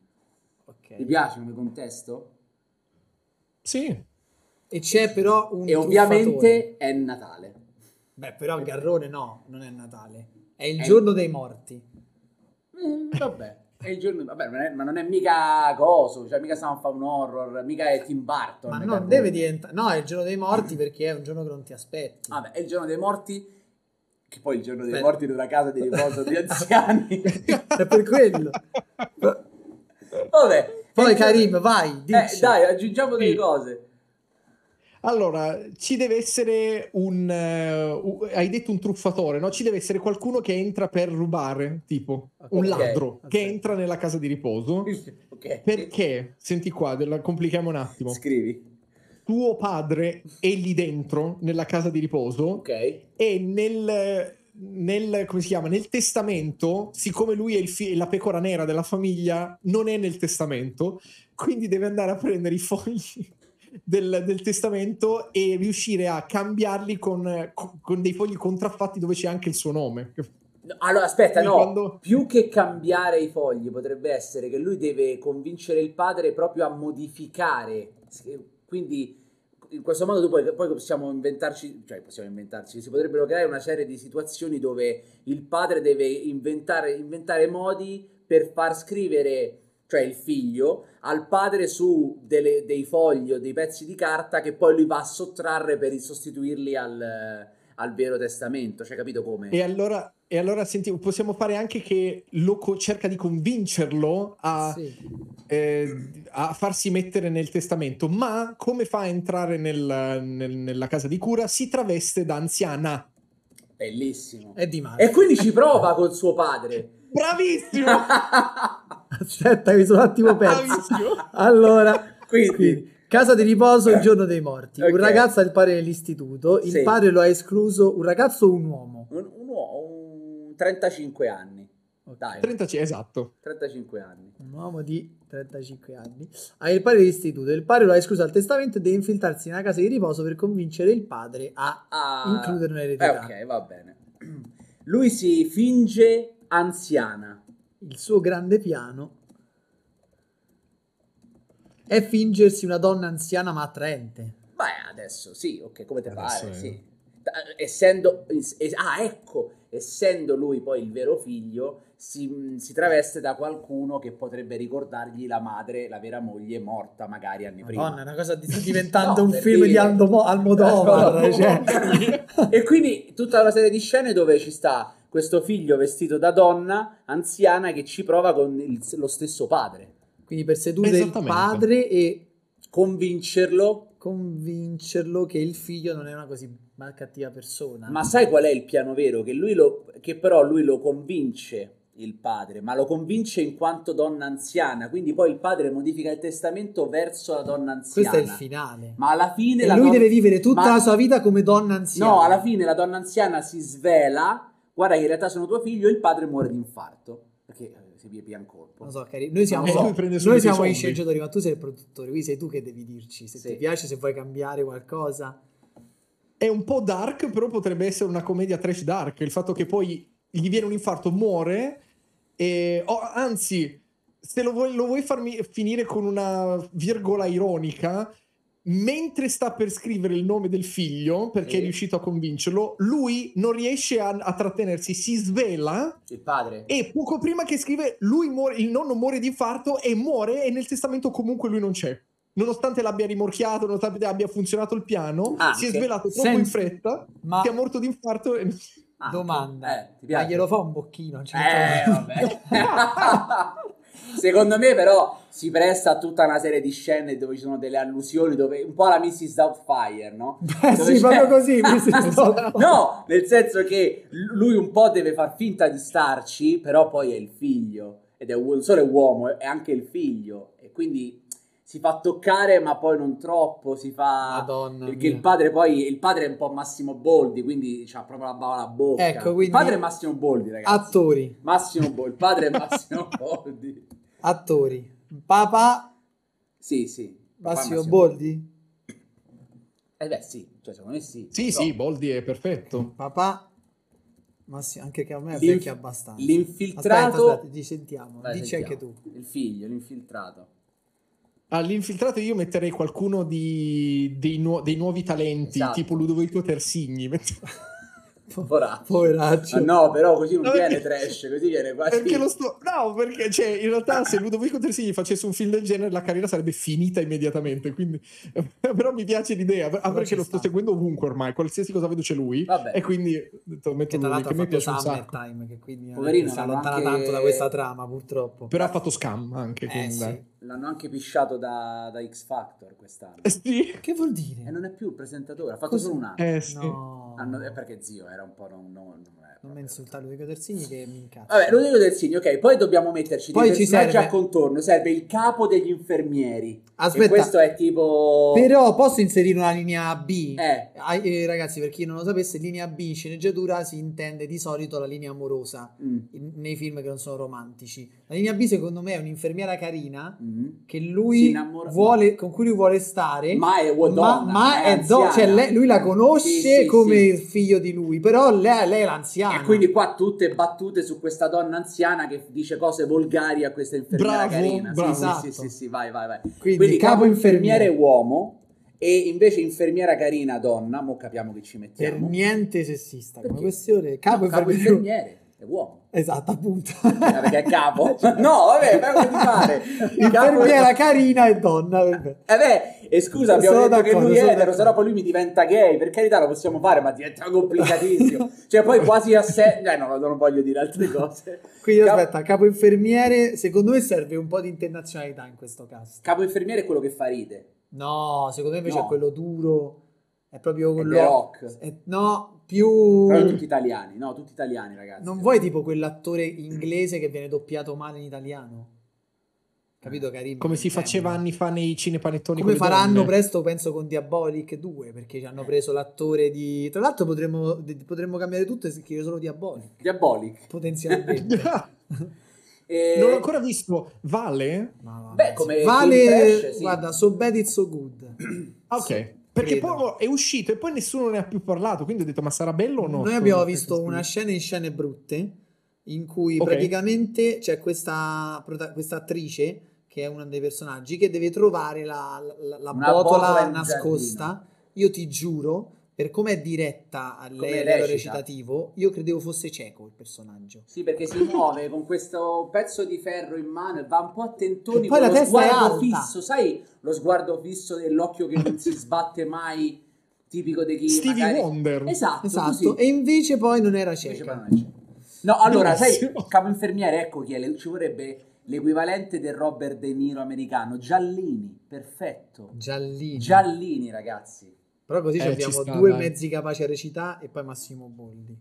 C: Ok.
B: Ti piace come contesto?
D: Sì.
C: E c'è però un
B: E
C: truffatore.
B: ovviamente è Natale.
C: Beh, però Garrone no, non è Natale. È il
B: È-
C: giorno dei morti.
B: Mm, vabbè, è il giorno, vabbè, non è- ma non è mica coso, cioè mica stiamo a fare un horror, mica è Tim Burton.
C: Ma
B: mica
C: non
B: è Bourne.
C: deve diventare. No, è il giorno dei morti perché è un giorno che non ti aspetti.
B: Vabbè, è il giorno dei morti, che poi è il giorno dei
C: Beh.
B: morti della casa di riposo degli anziani.
C: è per quello.
B: vabbè. è
C: Poi
B: il giorno-
C: Karim, vai, dici.
B: Eh, dai, aggiungiamo delle
D: Sì.
B: cose.
D: Allora, ci deve essere un... eh, u- hai detto un truffatore, no? Ci deve essere qualcuno che entra per rubare, tipo un
B: Ah, Ok,
D: ladro
C: ok.
D: che entra nella casa di riposo.
B: ok.
D: Perché, senti qua, della- complichiamo un attimo,
B: Scrivi.
D: tuo padre è lì dentro, nella casa di riposo,
B: Ok.
D: e nel, nel- come si chiama, nel testamento, siccome lui è il fi- la pecora nera della famiglia, non è nel testamento, quindi deve andare a prendere i fogli del, del testamento e riuscire a cambiarli con, con dei fogli contraffatti dove c'è anche il suo nome.
B: No, Allora, aspetta,
D: Quindi
B: no.
D: quando-
B: Più che cambiare i fogli, potrebbe essere che lui deve convincere il padre proprio a modificare. eh, Quindi, in questo modo, tu puoi- poi possiamo inventarci, cioè possiamo inventarci, si potrebbero creare una serie di situazioni dove il padre deve inventare, inventare modi per far scrivere, cioè il figlio, al padre su delle- dei fogli o dei pezzi di carta che poi lui va a sottrarre per sostituirli al, al vero testamento. Cioè, capito come?
D: E allora, e allora senti, possiamo fare anche che lo co- cerca di convincerlo
B: Ah,
D: a...
C: Sì.
D: eh, a farsi mettere nel testamento, ma come fa a entrare nel- nel- nella casa di cura? Si traveste da anziana.
B: Bellissimo.
C: È di
D: Eh,
C: male.
B: E quindi ci prova col suo padre.
D: Bravissimo!
C: Aspetta, mi sono un attimo perso.
D: Bravissimo!
C: Allora,
B: Ah, Quindi,
C: quindi, Casa di riposo il giorno dei morti.
B: Ok.
C: Un ragazzo al padre dell'istituto, il
B: Sì.
C: padre lo ha escluso, un ragazzo o un uomo?
B: Un, un uomo, un 35 anni. Dai,
D: 35, esatto.
B: 35 anni.
C: Un uomo di 35 anni. Ha il padre dell'istituto, il padre lo ha escluso al testamento e deve infiltrarsi nella casa di riposo per convincere il padre a
B: Ah,
C: includerlo
B: eh,
C: nell'eredità.
B: ok, va bene. Lui si finge anziana.
C: Il suo grande piano è fingersi una donna anziana ma attraente.
B: Beh, adesso sì, ok, come te
D: Adesso
B: pare,
D: è-
B: sì. Ta- Essendo, es- es- ah, ecco, essendo lui poi il vero figlio, si, si traveste da qualcuno che potrebbe ricordargli la madre, la vera moglie, morta magari anni prima.
C: Madonna, è una cosa di- sta diventando
B: No,
C: un
B: per
C: film
B: dire.
C: di Aldo Mo- Almodovar.
B: No,
C: cioè.
B: e quindi tutta una serie di scene dove ci sta questo figlio vestito da donna anziana che ci prova con il- lo stesso padre,
C: Quindi per sedurre il
D: Esattamente.
C: padre e
B: convincerlo.
C: convincerlo che il figlio non è una così mal- cattiva persona.
B: Ma sai qual è il piano vero? Che, lui lo, che però lui lo convince il padre, ma lo convince in quanto donna anziana, quindi poi il padre modifica il testamento verso la donna anziana.
C: questo è il finale.
B: Ma alla fine
C: E
B: la
C: lui
B: don-
C: deve vivere tutta
B: ma-
C: la sua vita come donna anziana.
B: No, alla fine la donna anziana si svela, guarda che in realtà sono tuo figlio e il padre muore di infarto, perché eh, si pia un colpo.
C: Non so, cari, noi siamo,
D: E lui prende subito
C: noi
D: i
C: siamo gli
D: soldi.
C: sceneggiatori, ma tu sei il produttore, quindi sei tu che devi dirci se
B: Sì.
C: ti piace, se vuoi cambiare qualcosa.
D: È un po' dark, però potrebbe essere una commedia trash dark. Il fatto che poi gli viene un infarto, muore, e, oh, anzi, se lo vuoi, lo vuoi farmi finire con una virgola ironica, mentre sta per scrivere il nome del figlio, perché
B: Sì.
D: è riuscito a convincerlo, lui non riesce a- a trattenersi, si svela
B: Il padre?
D: E poco prima che scrive, lui muore, il nonno muore di infarto e muore e nel testamento comunque lui non c'è. Nonostante l'abbia rimorchiato, nonostante abbia funzionato il piano,
B: Anche.
D: si è svelato troppo
C: Senza- Ah.
D: in fretta,
C: Ma
D: si è morto di infarto e...
B: Ah,
C: domanda,
B: eh, ti
C: ma
B: piace?
C: glielo fa un bocchino? a un certo
B: Eh,
C: punto?
B: vabbè. Secondo me, però, si presta a tutta una serie di scene dove ci sono delle allusioni, dove un po' la Mrs. Doubtfire, no?
C: Eh
B: Dove
C: sì,
B: c'è-
C: proprio così. mi si sta-
B: no, nel senso che l- lui un po' deve far finta di starci, però poi è il figlio, ed è u- non solo è uomo, è anche il figlio, e quindi si fa toccare, ma poi non troppo, si fa...
C: Madonna
B: Perché
C: mia.
B: il padre poi il padre è un po' Massimo Boldi, quindi ha proprio la bava alla bocca.
C: Ecco, quindi-
B: Il padre è Massimo Boldi, ragazzi.
C: Attori,
B: Massimo Boldi, il padre è Massimo Boldi.
C: attori. Papà
B: Sì, sì. Papà è
C: Massimo Boldi,
B: Eh beh, sì, cioè secondo me sì.
D: Sì,
B: No.
D: sì, Boldi è perfetto.
C: papà Massimo, anche che a me è
B: L'in-
C: vecchio abbastanza.
B: L'infiltrato...
C: Aspetta, aspetta, ti sentiamo.
B: Vai,
C: Dici
B: sentiamo.
C: anche tu.
B: Il figlio, l'infiltrato.
D: All'infiltrato io metterei qualcuno di- dei, nuo- dei nuovi talenti,
B: Esatto.
D: tipo Ludovico Tersigni. Perché
B: Poraccio.
C: Poveraccio.
B: Ah, no, però così non
D: No,
B: viene
D: perché-
B: trash, così viene
C: Ah,
B: quasi...
D: lo sto... No, perché cioè, in realtà se Ludovico Tersigni facesse un film del genere la carriera sarebbe finita immediatamente, quindi... però mi piace l'idea, ah,
C: Però ci
D: perché lo sto
C: sta.
D: seguendo ovunque ormai, qualsiasi cosa vedo c'è lui.
B: Vabbè.
D: E quindi ho detto, metto
C: che tra
D: lui,
C: l'altro
D: che
C: ha
D: a
C: fatto
D: me piace un sacco.
C: Summertime che quindi eh,
B: Poverino,
C: si
B: hanno
C: allontana
B: anche-
C: tanto da questa trama purtroppo
D: Però ha fatto scam anche.
C: Eh,
D: quindi, dai.
C: sì.
B: L'hanno anche pisciato da, da X Factor quest'anno.
D: Eh, sì.
C: che vuol
B: E
C: dire?
B: Eh, non è più il presentatore, ha fatto
C: Così.
B: solo un anno.
D: Eh, sì.
C: Ah, no
B: Hanno- è perché zio era un po' non... non, non, è
C: non
B: proprio-
C: mi insulta Ludovico Terzini che mi incazza
B: Vabbè, lo dico del segno, ok, poi dobbiamo metterci
C: Poi
B: dei
C: ci
B: personaggi
C: serve-
B: a contorno, serve il capo degli infermieri. E questo
C: aspetta
B: è tipo...
C: però posso inserire una linea B
B: Eh,
C: Ah, eh, ragazzi per chi non lo sapesse linea B in sceneggiatura si intende di solito la linea amorosa
B: mm,
C: in- nei film che non sono romantici la linea B secondo me è un'infermiera carina
B: mm.
C: che
B: Si
C: lui
B: innamora-
C: vuole con cui lui vuole stare
B: Ma è
C: Ma-
B: donna,
C: ma,
B: è
C: è do-
B: anziana.
C: cioè, lei- lui la conosce
B: Sì, sì,
C: come
B: sì.
C: il figlio di lui, però lei, lei è l'anziana.
B: E quindi qua tutte battute su questa donna anziana che dice cose volgari a questa infermiera
D: Bravo,
B: carina. Sì,
D: bravo.
B: sì,
C: Esatto.
B: sì, sì, sì, vai, vai, vai.
C: Quindi,
B: Quindi capo infermiere uomo e invece infermiera carina donna, mo capiamo che ci
C: per
B: mettiamo.
C: niente sessista come
B: Perché?
C: questione. Capo,
B: No, capo
C: infermiere.
B: infermiere è uomo.
C: Esatto, appunto. Cioè,
B: Ah, perché è capo? No, vabbè, fai quello che ti pare.
C: infermiera carina e donna. vabbè.
B: Eh beh, e scusa, abbiamo
C: Sono
B: detto che
C: d'accordo,
B: lui
C: sono
B: è etero,
C: d'accordo.
B: sennò poi lui mi diventa gay. Per carità, lo possiamo fare, ma diventa complicatissimo. cioè, poi quasi a sé. Eh, no, non voglio dire altre cose.
C: Quindi
B: Capo-
C: aspetta, capo infermiere, secondo me serve un po' di internazionalità in questo caso.
B: Capo infermiere è quello che fa ride.
C: No, secondo me invece
B: No.
C: è quello duro, è proprio
B: È
C: quello...
B: The Rock.
C: è- no, più...
B: Però tutti italiani, no, tutti italiani, ragazzi.
C: Non vuoi tipo quell'attore inglese che viene doppiato male in italiano? capito Karim? Cioè,
D: Come si faceva anni fa nei cinepanettoni
C: Come
D: con le
C: faranno
D: donne. Eh.
C: presto, penso, con Diabolic 2, perché ci hanno preso l'attore di... Tra l'altro potremmo, de- potremmo cambiare tutto e scrivere solo Diabolic,
B: Diabolic.
C: potenzialmente.
B: Eh,
D: non l'ho ancora visto. Vale?
C: No, no,
B: Beh,
C: no,
B: come
C: sì. vale,
B: film trash, sì.
C: guarda, so bad it's so good.
D: Ah, ok.
C: Sì,
D: Perché
C: credo.
D: poi è uscito e poi nessuno ne ha più parlato, quindi ho detto ma sarà bello o no?
C: Noi abbiamo visto una scena in scene brutte in cui
D: Ok.
C: praticamente c'è questa, prota- questa attrice che è uno dei personaggi che deve trovare la, la- la
B: Una
C: botola,
B: botola in
C: nascosta.
B: giardino.
C: Io ti giuro, per come è diretta a lei a livello
B: recita.
C: recitativo, io credevo fosse cieco il personaggio.
B: Sì, perché si muove con questo pezzo di ferro in mano e va un po' a tentoni
C: E poi
B: con
C: la
B: lo
C: testa è
B: sguardo
C: alta.
B: fisso, sai lo sguardo fisso dell'occhio che non si sbatte mai, tipico di chi
D: Stevie
B: magari...
D: Wonder.
B: Esatto,
C: Esatto,
B: così.
C: e invece poi non era
B: Invece
C: cieca.
B: poi non è cieco. No, allora,
D: Bellissimo.
B: sai, capo infermiere, ecco chi è, le- ci vorrebbe l'equivalente del Robert De Niro americano, Giallini, perfetto.
C: Giallini.
B: Giallini, ragazzi.
C: Però così
D: Eh,
C: ci
D: ci
C: abbiamo
D: sta,
C: due
D: dai.
C: mezzi capaci a recitare e poi Massimo Boldi.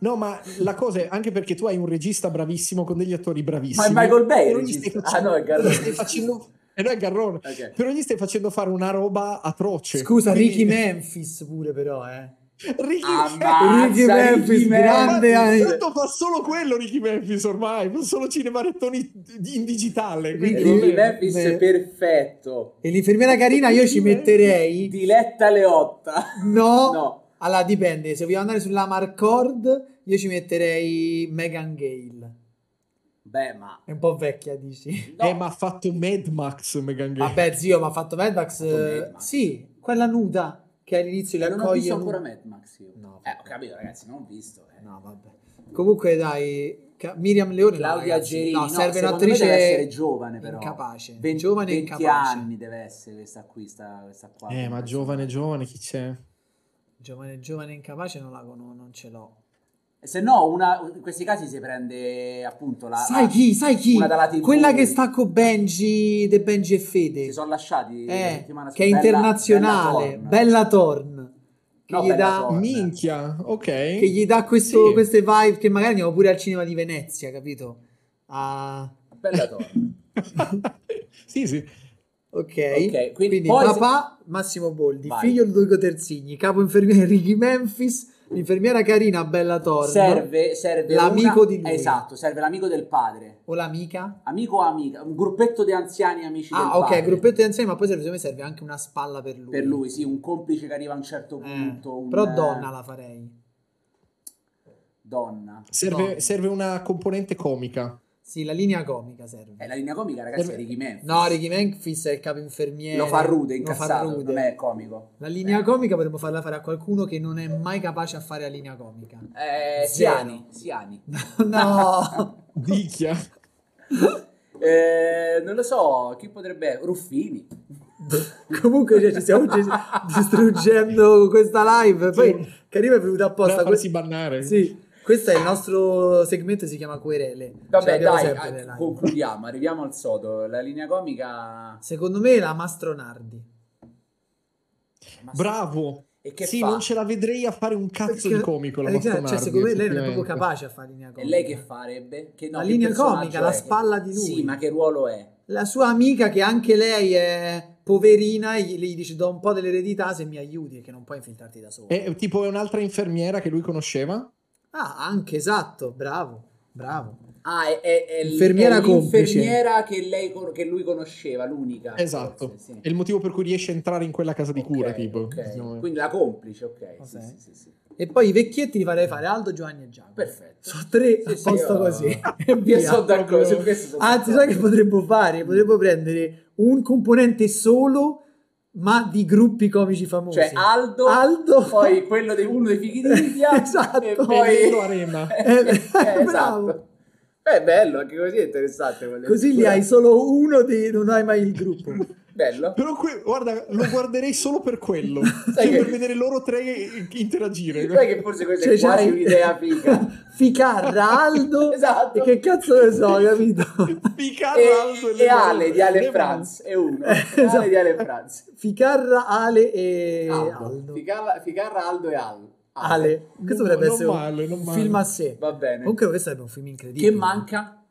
D: No, ma la cosa è anche perché tu hai un regista bravissimo con degli attori
B: Ma
D: bravissimi.
B: è Michael Bay.
D: E
B: il
D: non gli stai
B: regista. Ah
D: facendo-
B: no, è Garrone.
D: stai facendo- E noi è Garrone.
B: Ok.
D: Però gli stai facendo fare una roba atroce.
C: Scusa,
D: Quindi-
C: Ricky Memphis pure però, eh.
D: Ricky
B: Ah, Ammazza,
C: Ricky Memphis,
B: Ricky
C: grande
B: Memphis.
C: anche.
D: Tanto fa solo quello Ricky Memphis ormai, fa solo cinemarettoni di- in digitale. quindi
C: Ricky
D: non
B: Ricky
D: è-
B: Memphis
C: Beh.
B: perfetto.
C: E l'infermiera carina io ci metterei.
B: Diletta Leotta.
C: No.
B: No.
C: Allora dipende, se vogliamo andare sulla Marcord io ci metterei Megan Gale.
B: Beh, ma
C: È un po' vecchia, dici.
B: no.
D: Eh, ma ha fatto Mad Max Megan Gale.
C: Vabbè, zio, mi ha fatto Mad Max.
B: Ha fatto Mad
C: eh,
B: Max.
C: Sì, quella nuda che all'inizio le
B: non ho
C: accoglie.
B: visto
C: nu-
B: ancora Mad Max io.
C: No.
B: Eh, ho capito ragazzi, non ho visto. eh.
C: No, vabbè. Comunque dai, Ca- Miriam Leone no,
B: Claudia
C: ragazzi,
B: Gerini,
C: no,
B: no,
C: serve
B: secondo
C: un'attrice
B: me deve essere giovane, però.
C: Incapace,
B: Ven-
C: giovane e
B: 20
C: incapace.
B: anni deve essere questa qui, sta, questa qua.
D: Eh, ma giovane, giovane, chi c'è?
C: Giovane, giovane e incapace non la conosco, non ce l'ho.
B: Se no, una, in questi casi si prende appunto la...
C: sai
B: la-
C: chi? Sai chi?
B: Una dalla TV.
C: Quella che sta con Benji, De Benji e Fede.
B: Si sono lasciati la
C: Eh,
B: settimana
C: che è
B: scorsa. Bella-
C: internazionale,
B: Bella Thorne.
C: Bella Thorn, che,
B: No,
C: gli,
B: Bella
C: dà,
B: Thorne.
D: Minchia, ok.
C: che gli dà questo-
D: Sì.
C: queste vibe che magari andiamo pure al cinema di Venezia, capito? Ah,
B: Bella Thorne.
D: sì, sì.
C: ok,
B: quindi
C: quindi,
B: poi se-
C: papà Massimo Boldi,
B: Vai.
C: figlio Ludovico Terzigni, capo infermiere Ricky Memphis, l'infermiera carina Bella Thorn
B: Serve, serve
C: L'amico
B: una-
C: di lui.
B: Esatto, serve l'amico del padre.
C: o l'amica.
B: Amico o amica, un gruppetto di anziani amici del
C: Ah, ok,
B: padre.
C: gruppetto insieme, ma poi serve, secondo me serve anche una spalla per lui.
B: Per lui, sì, un complice che arriva a un certo
C: Eh,
B: punto. un,
C: però
B: eh,
C: donna la farei.
B: Donna.
D: Serve,
C: No.
D: serve una componente comica.
C: Sì, la linea comica serve.
B: È la linea comica, ragazzi,
D: Eh,
B: è Ricky Memphis.
C: No, Ricky Memphis è il capo infermiere.
B: Lo fa rude,
C: lo fa
B: incazzato,
C: rude.
B: non è comico.
C: La linea
B: Eh.
C: comica potremmo farla fare a qualcuno che non è mai capace a fare la linea comica.
B: Eh,
C: Zero.
B: Siani, Siani.
C: no,
D: Dicchia.
B: Eh, non lo so, chi potrebbe... Ruffini.
C: comunque cioè, ci stiamo gi- distruggendo questa live. Poi Carino è venuto apposta.
D: Da farsi
C: que-
D: bannare.
C: sì, questo è il nostro segmento, si chiama Querele. Ce
B: Vabbè,
C: l'abbiamo
B: dai,
C: sempre le
B: eh,
C: live.
B: concludiamo, arriviamo al sodo. La linea comica...
C: Secondo me è la Mastronardi.
B: Ma-
D: Bravo.
B: E che
D: sì,
B: fa?
D: non ce la vedrei a fare un cazzo di
C: Perché-
D: comico. La
C: eh, cioè,
D: Bastonardi,
C: cioè, secondo me lei non è proprio
D: effettivamente.
C: capace a fare linea
B: E
C: comica.
B: lei che farebbe? Che, no,
C: La
B: che
C: linea
B: personaggio
C: comica,
B: è
C: la
B: che-
C: spalla di lui.
B: Sì, ma che ruolo è?
C: la sua amica che anche lei è poverina e gli, gli dice do un po' dell'eredità se mi aiuti e che non puoi infiltrarti da solo
D: È Eh, tipo è un'altra infermiera che lui conosceva.
C: ah anche esatto bravo bravo
B: Ah, è, è- è l-
C: Infermiera
B: è l'infermiera
C: complice.
B: che, lei con- che lui conosceva, l'unica.
D: Esatto.
B: forse, Eh, sì.
D: È il motivo per cui riesce a entrare in quella casa di
B: Ok,
D: cura. Tipo.
B: ok.
D: Diciamo.
B: Quindi la complice, ok. sì,
C: Ok.
B: sì, sì, sì.
C: e poi i vecchietti li farei fare Aldo, Giovanni e Giacomo
B: Perfetto.
C: sono tre
B: Sì,
C: a
B: sì,
C: posto
B: io-
C: così e
B: Io
C: via.
B: sono d'accordo su questo. sono
C: anzi sai
B: d'accordo.
C: che potremmo fare? potremmo prendere un componente solo ma di gruppi comici famosi
B: Cioè Aldo,
C: Aldo-
B: poi quello di uno dei fighi di Lidia
C: Esatto.
B: e poi
D: Bello Arena.
B: Eh,
C: Eh,
B: esatto.
C: bravo.
B: È bello, anche così è interessante. voglio
C: così li
B: dire.
C: hai solo uno di non hai mai il gruppo
B: Bello.
D: Però que- guarda, lo guarderei solo per quello.
B: Sai
D: Cioè,
B: che-
D: per vedere loro tre interagire.
B: Sai che forse questa è
C: c'hai-
B: quasi un'idea figa.
C: Cioè, Ficarra, Aldo
B: Esatto.
C: e che cazzo ne so, capito?
D: Piccardo, Aldo
B: e, e
D: Leone.
B: Ale di Ale
D: Leone.
B: Franz è uno
C: Esatto.
B: Ale di Ale Franz
C: Ficarra, Ale e
B: Aldo.
C: Aldo.
B: Ficarra, Ficarra, Aldo e Al
C: Ale, questo
D: Non-
C: dovrebbe
D: non
C: essere un
D: male, non male.
C: film a sé.
B: va bene
C: Comunque questo sarebbe un film incredibile.
B: che manca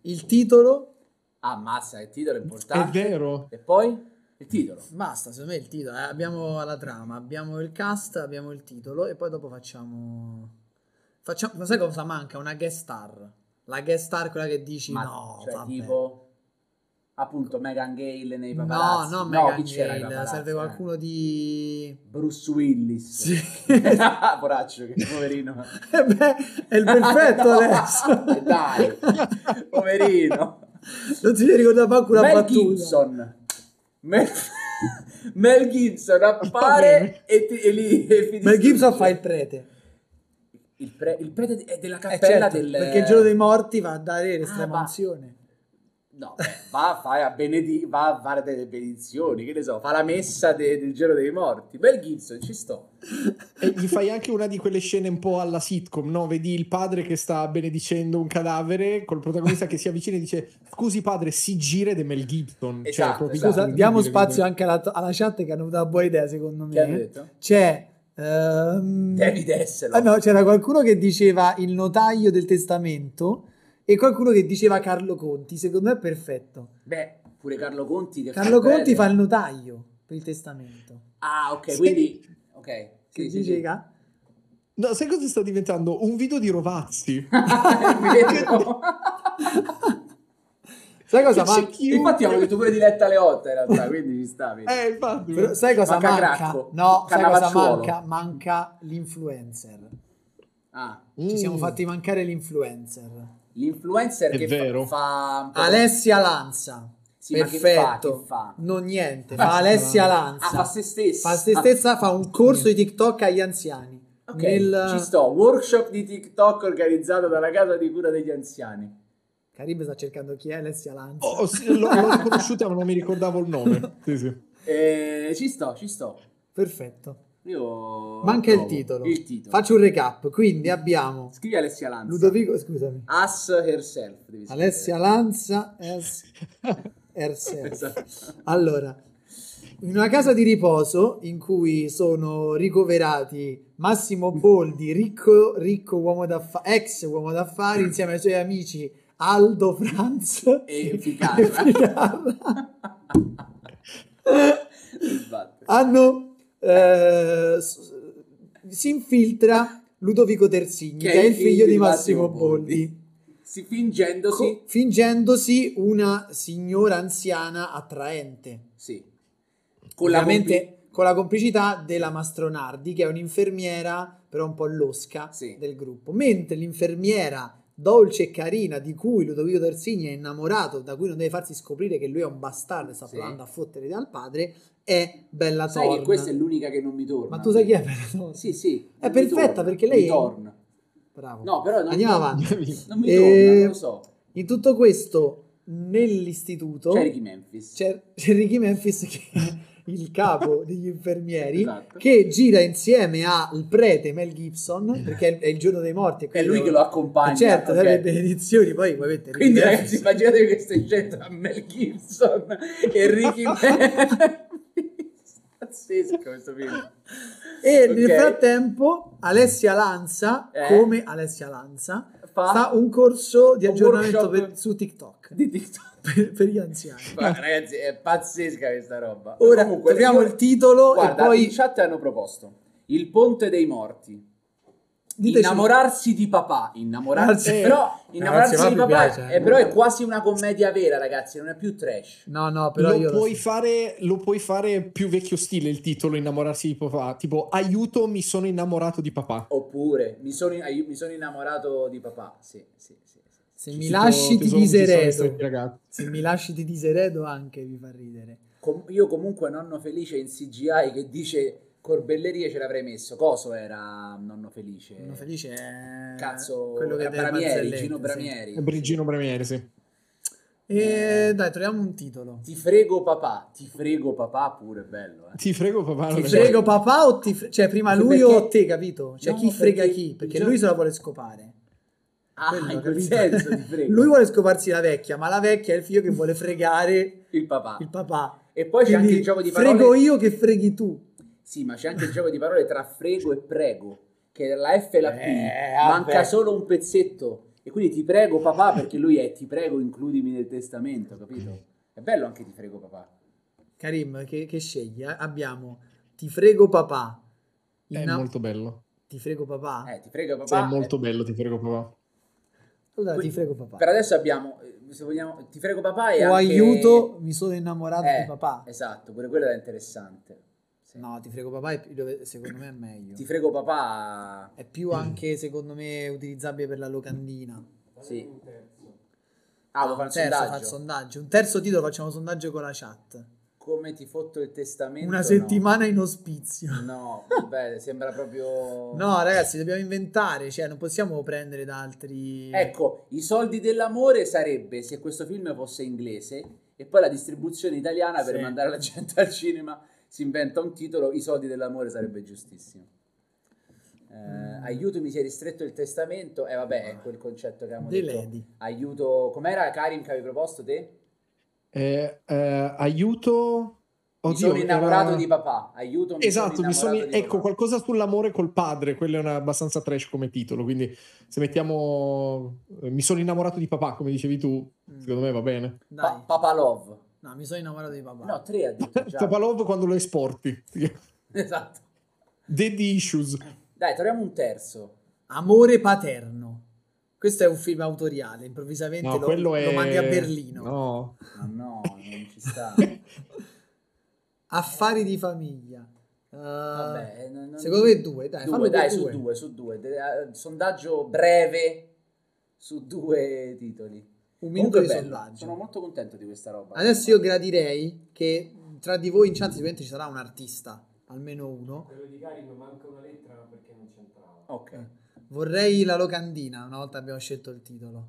C: Il titolo
B: Ammazza, che Ah, titolo importante.
D: È vero.
B: E poi? Il titolo.
C: Basta, secondo me il titolo. eh, Abbiamo la trama, abbiamo il cast, abbiamo il titolo e poi dopo facciamo... facciamo ma sai cosa manca? Una guest star. La guest star, quella che dici
B: Ma
C: no,
B: cioè,
C: vabbè.
B: tipo appunto Megan Gale nei
C: No,
B: paparazzi.
C: no,
B: chi
C: Megan
B: c'era ai
C: Gale,
B: paparazzi,
C: serve
B: eh?
C: qualcuno di...
B: Bruce Willis.
C: Sì.
B: Poraccio, che poverino.
C: Eh beh, è il perfetto
B: Ah, No, Eh,
C: adesso.
B: dai, poverino.
C: Non si ricorda manco una
B: Mel
C: battuta.
B: Gibson. Mel... Mel Gibson appare e, ti- e lì e finisce.
C: Mel Gibson fa il prete.
B: Il, pre- il prete de- è della
C: Eh,
B: Eh, cappella
C: certo,
B: del... Ah,
C: Perché il giorno dei morti va a dare
B: va.
C: l'estrema unzione.
B: No, beh, va a, fare a benedi- va a fare delle benedizioni, che ne so, fa la messa de- del giorno dei morti. Mel Gibson, ci sto.
D: E gli fai anche una di quelle scene un po' alla sitcom, no? Vedi il padre che sta benedicendo un cadavere col protagonista che si avvicina e dice "Scusi padre, si gira ed è Mel Gibson". Cioè,
B: Esatto,
D: proprio
B: esatto.
C: Scusa,
D: incredibile,
C: diamo spazio
D: come-
C: anche alla, alla chat che hanno avuto una buona idea, secondo
B: Che hanno
C: me.
B: detto?
C: C'è... ehm,
B: Devi essere.
C: ah, no, c'era qualcuno che diceva il notaio del testamento e qualcuno che diceva Carlo Conti. Secondo me è perfetto.
B: Beh, pure Carlo Conti che
C: Carlo
B: fa il
C: Conti
B: prete.
C: fa il notaio per il testamento.
B: Ah, ok,
D: Sì.
B: quindi ok.
C: Che
B: sì, sì,
C: dice
B: sì.
C: ca-
D: No, sai cosa sta diventando? Un video di Rovazzi.
B: È vero.
C: Sai cosa
D: Che c'è
C: manca?
D: chi-
B: Infatti avevo detto pure di Letta Leotta in realtà, quindi ci sta, vedi.
D: Eh, infatti.
C: Però sai cosa
B: Manca
C: manca?
B: Cracco,
C: No, sai cosa
B: Cannavacciuolo.
C: manca? Manca l'influencer.
B: Ah,
C: Ci siamo
D: Mm.
C: fatti mancare l'influencer.
B: l'influencer
D: È
B: che
D: vero.
B: fa, fa un po' di-
C: Alessia Lanza.
B: Sì, ma che fa,
C: Perfetto.
B: che fa?
C: Non niente,
D: Basta,
C: fa Alessia
D: bravo.
C: Lanza.
B: Ah, fa se stessa.
C: Fa se stessa, fa un corso di TikTok agli anziani.
B: Ah, ok,
C: Nel
B: ci sto. Workshop di TikTok organizzato dalla casa di cura degli anziani.
C: Caribe sta cercando chi è Alessia Lanza.
D: Oh, sì, l'ho, l'ho riconosciuta, ma non mi ricordavo il nome. Sì, sì.
B: Eh, ci sto, ci sto.
C: Perfetto.
B: Io
C: Manca il
B: provo.
C: titolo.
B: Il titolo.
C: Faccio un recap. Quindi abbiamo
B: Scrivi Alessia Lanza.
C: Ludovico, scusami.
B: As herself. devi scrivere.
C: Alessia Lanza es- Erser.
B: Esatto.
C: Allora, in una casa di riposo in cui sono ricoverati Massimo Boldi, ricco, ricco uomo d'affa- ex uomo d'affari, insieme ai suoi amici Aldo Franz
B: E Ficarra.
C: Ficarra.
B: Sbatte.
C: hanno eh, s- si infiltra Ludovico Terzigni, che è il figlio di Massimo Boldi.
B: Si, fingendosi,
C: co- fingendosi una signora anziana attraente.
B: sì. Con la
C: Ovviamente con la complicità della Mastronardi, che è un'infermiera però un po' losca
B: Sì.
C: del gruppo. Mentre l'infermiera dolce e carina di cui Ludovico Terzigni è innamorato, da cui non deve farsi scoprire che lui è un bastardo e sta
B: Sì.
C: provando a fottere dal padre, è Bella
B: Sai
C: Thorne.
B: che questa è l'unica che non mi torna.
C: Ma tu sai chi è Bella Thorne?
B: Sì, sì.
C: È
B: non mi
C: perfetta,
B: torna,
C: perché lei
B: mi
C: è-
B: torna.
C: Bravo.
B: No, però non,
C: Andiamo
B: non-
C: avanti. Eh,
B: non mi
C: E-
B: torna, non lo so.
C: In tutto questo, nell'istituto
B: C'è Ricky Memphis.
C: c'è, c'è Ricky Memphis che è il capo degli infermieri
B: Esatto.
C: che gira insieme al prete Mel
D: Eh.
C: Gibson perché è il, è il giorno dei morti
B: È lui che lo accompagna.
C: accompagna certo
B: ok.
C: deve le benedizioni poi ovviamente Ricky
B: Quindi
C: Memphis-
B: ragazzi, immaginate queste scene tra Mel Gibson e Ricky Memphis. Pazzesco questo film.
C: e
B: Ok.
C: nel frattempo Alessia Lanza
B: Eh?
C: come Alessia Lanza
B: Fa-
C: fa un corso di
B: un
C: aggiornamento
B: workshop-
C: per- su TikTok
B: Di TikTok.
C: per, per gli anziani
B: Guarda, ragazzi, è pazzesca questa roba.
C: ora
B: Comunque,
C: troviamo
B: io-
C: il titolo
B: Guarda,
C: e
B: in
C: poi
B: chat hanno proposto Il ponte dei morti.
C: diteci-
B: innamorarsi di papà, innamorarsi,
C: Ragazzi,
B: però innamorarsi
C: papà
B: di
C: mi
B: papà
C: piace, eh.
B: è, però è quasi una commedia vera, ragazzi, non è più trash.
C: no no però
D: lo,
C: io lo
D: puoi
C: so.
D: fare, lo puoi fare più vecchio stile il titolo, innamorarsi di papà. Tipo, aiuto, mi sono innamorato di papà.
B: Oppure mi sono, ai- mi sono innamorato di papà. Sì, sì, sì, sì.
C: se mi
D: Tipo,
C: lasci ti
D: tesoro, mi sono
C: diseredo
D: stretti, ragazzi.
C: Se mi lasci ti diseredo anche vi fa ridere.
B: Com- io comunque nonno felice in CGI che dice corbellerie ce l'avrei messo. Coso era nonno felice?
C: Sono felice è
B: Cazzo,
C: quello che
B: era
C: è del
B: Bramieri,
C: Mazzellente,
B: Gino
C: sì.
B: Bramieri.
D: Brigino Premiere, sì.
C: E dai, troviamo un titolo.
B: Ti frego papà, ti frego papà pure è bello, eh.
D: Ti frego papà.
C: Ti
D: non è-
C: frego papà o ti fre- cioè prima
B: Sì,
C: lui
B: perché-
C: o te, capito? Cioè
B: No,
C: chi frega
B: perché-
C: chi? Perché
B: Gio-
C: lui se la vuole scopare.
B: Ah,
C: Quello,
B: in quel
C: capito?
B: senso ti frego.
C: Lui vuole scoparsi la vecchia, ma la vecchia è il figlio che vuole fregare
B: il papà.
C: il papà.
B: E poi c'è
C: Quindi
B: anche il gioco di parole.
C: Frego io che freghi tu.
B: Sì, ma c'è anche il gioco di parole tra frego e prego, che la F e la P
C: Eh,
B: manca
C: vabbè.
B: solo un pezzetto. E quindi ti prego papà, perché lui è ti prego includimi nel testamento, capito? È bello anche ti prego papà.
C: Karim, che, che scegli? Eh? Abbiamo Ti frego papà.
D: È
C: Inna-
D: molto bello.
C: Ti frego papà.
B: Eh, ti prego papà.
C: Cioè,
D: Sì, è molto bello, ti prego papà.
C: Allora, ti
B: quindi-
C: frego papà.
B: Per adesso abbiamo, eh, se vogliamo, ti prego papà e
C: O
B: anche-
C: aiuto, mi sono innamorato
B: Eh,
C: di papà.
B: Esatto, pure quello è interessante. Sì.
C: No, ti frego papà, è più- dove- secondo me è meglio.
B: Ti Mm. frego papà.
C: È più anche, secondo me, utilizzabile per la locandina.
B: Sì. Ah, vuoi
C: un
B: fare un
C: terzo fa il
B: sondaggio?
C: sondaggio. Un terzo titolo facciamo sondaggio con la chat.
B: Come ti fotto il testamento?
C: Una
B: No.
C: settimana in ospizio.
B: No, vabbè, sembra proprio...
D: eh.
C: No, ragazzi, dobbiamo inventare, cioè non possiamo prendere da altri...
B: Ecco, i soldi dell'amore sarebbe se questo film fosse inglese e poi la distribuzione italiana per
C: Sì.
B: mandare la gente al cinema si inventa un titolo, i soldi dell'amore sarebbe giustissimo. Eh,
C: Mm.
B: Aiutami, si è ristretto il testamento. E eh, vabbè, è quel concetto che abbiamo
C: The
B: detto.
C: Lady.
B: Aiuto, com'era Karim che avevi proposto te?
D: Eh, eh, aiuto.
B: mi sono
D: era-
B: innamorato di papà. Aiuto, mi
D: Esatto,
B: sono
D: mi sono-
B: innamorato di
D: ecco
B: papà.
D: qualcosa sull'amore col padre, quello è una, abbastanza trash come titolo, quindi se mettiamo eh, mi sono innamorato di papà, come dicevi tu,
C: Mm.
D: secondo me va bene.
B: Pa-
C: Dai.
B: Papà Love.
C: No, mi sono innamorato di papà.
B: No, tre ha detto già.
D: Topalov quando lo esporti.
B: Esatto.
D: Daddy issues.
B: Dai, troviamo un terzo.
C: Amore paterno. Questo è un film autoriale, improvvisamente
D: No,
C: lo,
D: quello
C: lo
D: è
C: mandi a Berlino.
D: No.
B: Ma Ah, no, non ci sta.
C: Affari di famiglia. Uh,
B: Vabbè, eh, non- non-
C: Secondo me due, dai,
B: Due,
C: fallo
B: dai,
C: per
B: su due, su due. De- eh, sondaggio breve su due titoli.
C: Un minuto
B: Comunque
C: di
B: bello,
C: sondaggio.
B: Sono molto contento di questa roba.
C: Adesso io gradirei che tra di voi in chat sicuramente ci sarà un artista, almeno uno.
E: Quello di Karim manca una lettera ma perché non c'entrava.
B: Ok.
C: Vorrei la locandina, una volta abbiamo scelto il titolo.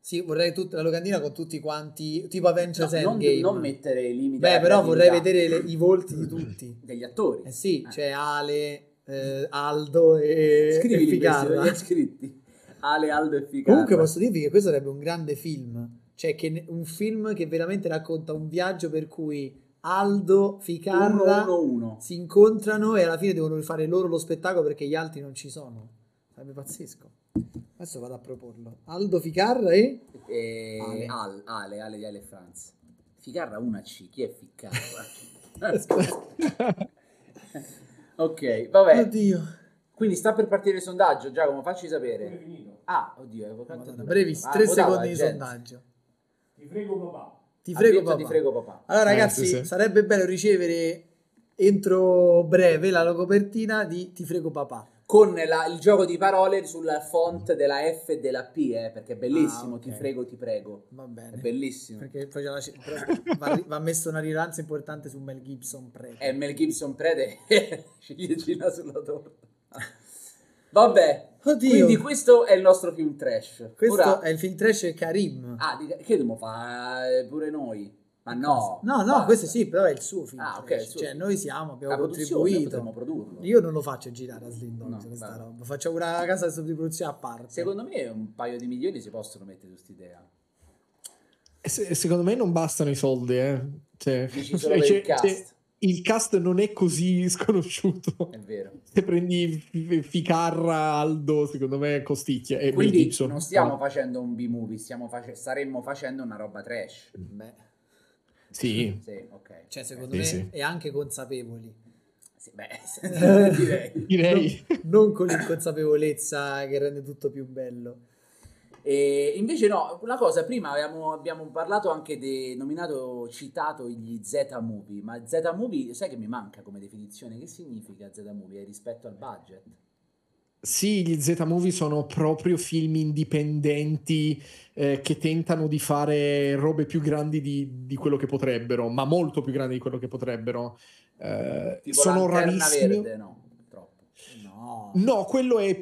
C: Sì, vorrei tut- la locandina con tutti quanti, tipo
B: No,
C: Avengers
B: non,
C: Endgame.
B: non mettere i limiti.
C: Beh,
B: alla
C: però vorrei
B: creatività
C: vedere le- i volti di tutti.
B: degli attori.
C: Eh sì,
B: Eh.
C: c'è Ale, eh, Aldo e, eh. e
B: Scrivili questi,
C: Ficarra.
B: li hai scritti. Ale, Aldo e Ficarra.
C: Comunque posso dirvi che questo sarebbe un grande film, cioè che ne- un film che veramente racconta un viaggio per cui Aldo, Ficarra
B: 1-1-1.
C: si incontrano e alla fine devono fare loro lo spettacolo perché gli altri non ci sono. Sarebbe pazzesco. Adesso vado a proporlo. Aldo Ficarra e...
B: E-
C: Ale.
B: Al- Ale, Ale di Ale Franz. Ficarra 1C, chi è Ficarra? Scusa. ok, vabbè.
C: Oddio.
B: Quindi sta per partire il sondaggio, Giacomo, facci sapere.
E: È finito.
B: Ah, oddio, avevo fatto
C: Madonna,
B: due.
C: brevis,
B: Ah,
C: tre
B: votava
C: secondi di
B: gente.
C: sondaggio.
E: Ti frego papà.
C: Ti
B: Ha
C: frego,
B: detto
C: papà.
B: Ti frego papà.
C: Allora,
D: Eh,
C: ragazzi,
D: sì, sì.
C: sarebbe bello ricevere entro breve la copertina di Ti frego papà.
B: Con la- il gioco di parole sulla font della F e della P, eh, perché è bellissimo,
C: Ah, ok.
B: ti frego, ti prego.
C: Va
B: È
C: bene.
B: bellissimo.
D: Mm.
C: Perché poi c'è la- però va, va messa una rilevanza importante su Mel Gibson prego.
B: È Eh, Mel Gibson prete ciliegina sulla torta. Vabbè,
C: Oddio.
B: quindi questo è il nostro film trash.
C: Questo
B: Ora-
C: è il film trash Karim.
B: Ah, di- che dobbiamo fare pure noi? Ma no.
C: no, no,
B: basta.
C: questo sì, però è il suo film.
B: Ah, ok,
C: trash.
B: il suo
C: cioè,
B: film.
C: noi siamo, abbiamo
B: La produzione, noi potremmo
C: contribuito.
B: produrlo.
C: Io non lo faccio girare a Slindon
B: No,
C: questa
B: vabbè.
C: roba. Facciamo una casa di produzione a parte.
B: Secondo me un paio di milioni si possono mettere su quest'idea.
D: E se- secondo me non bastano i soldi, eh. Cioè,
B: Dici solo
D: cioè,
B: per il
D: cioè,
B: cast,
D: il cast non è così sconosciuto.
B: è vero.
D: Se prendi F- Ficarra, Aldo, secondo me costicchia e Mel
B: Quindi
D: Gibson.
B: non stiamo facendo un B-movie, stiamo face- staremmo facendo una roba trash.
C: Beh,
D: Sì.
B: Sì, ok.
C: cioè, secondo
D: Sì,
C: me
D: sì.
C: è anche consapevoli.
B: Eh, Sì, beh, direi.
D: Direi
C: Non con l'inconsapevolezza che rende tutto più bello.
B: E invece no, una cosa, prima avevamo- abbiamo parlato anche di nominato, citato gli Z-movie, ma Z-movie, sai che mi manca come definizione? Che significa Z-movie eh, rispetto al budget?
D: Sì, gli Z-movie sono proprio film indipendenti eh, che tentano di fare robe più grandi di, di quello che potrebbero, ma molto più grandi di quello che potrebbero. Eh,
B: Tipo
D: sono
B: Lanterna
D: rarissimi.
B: Verde, no, troppo. Cioè,
C: No.
D: No, quello è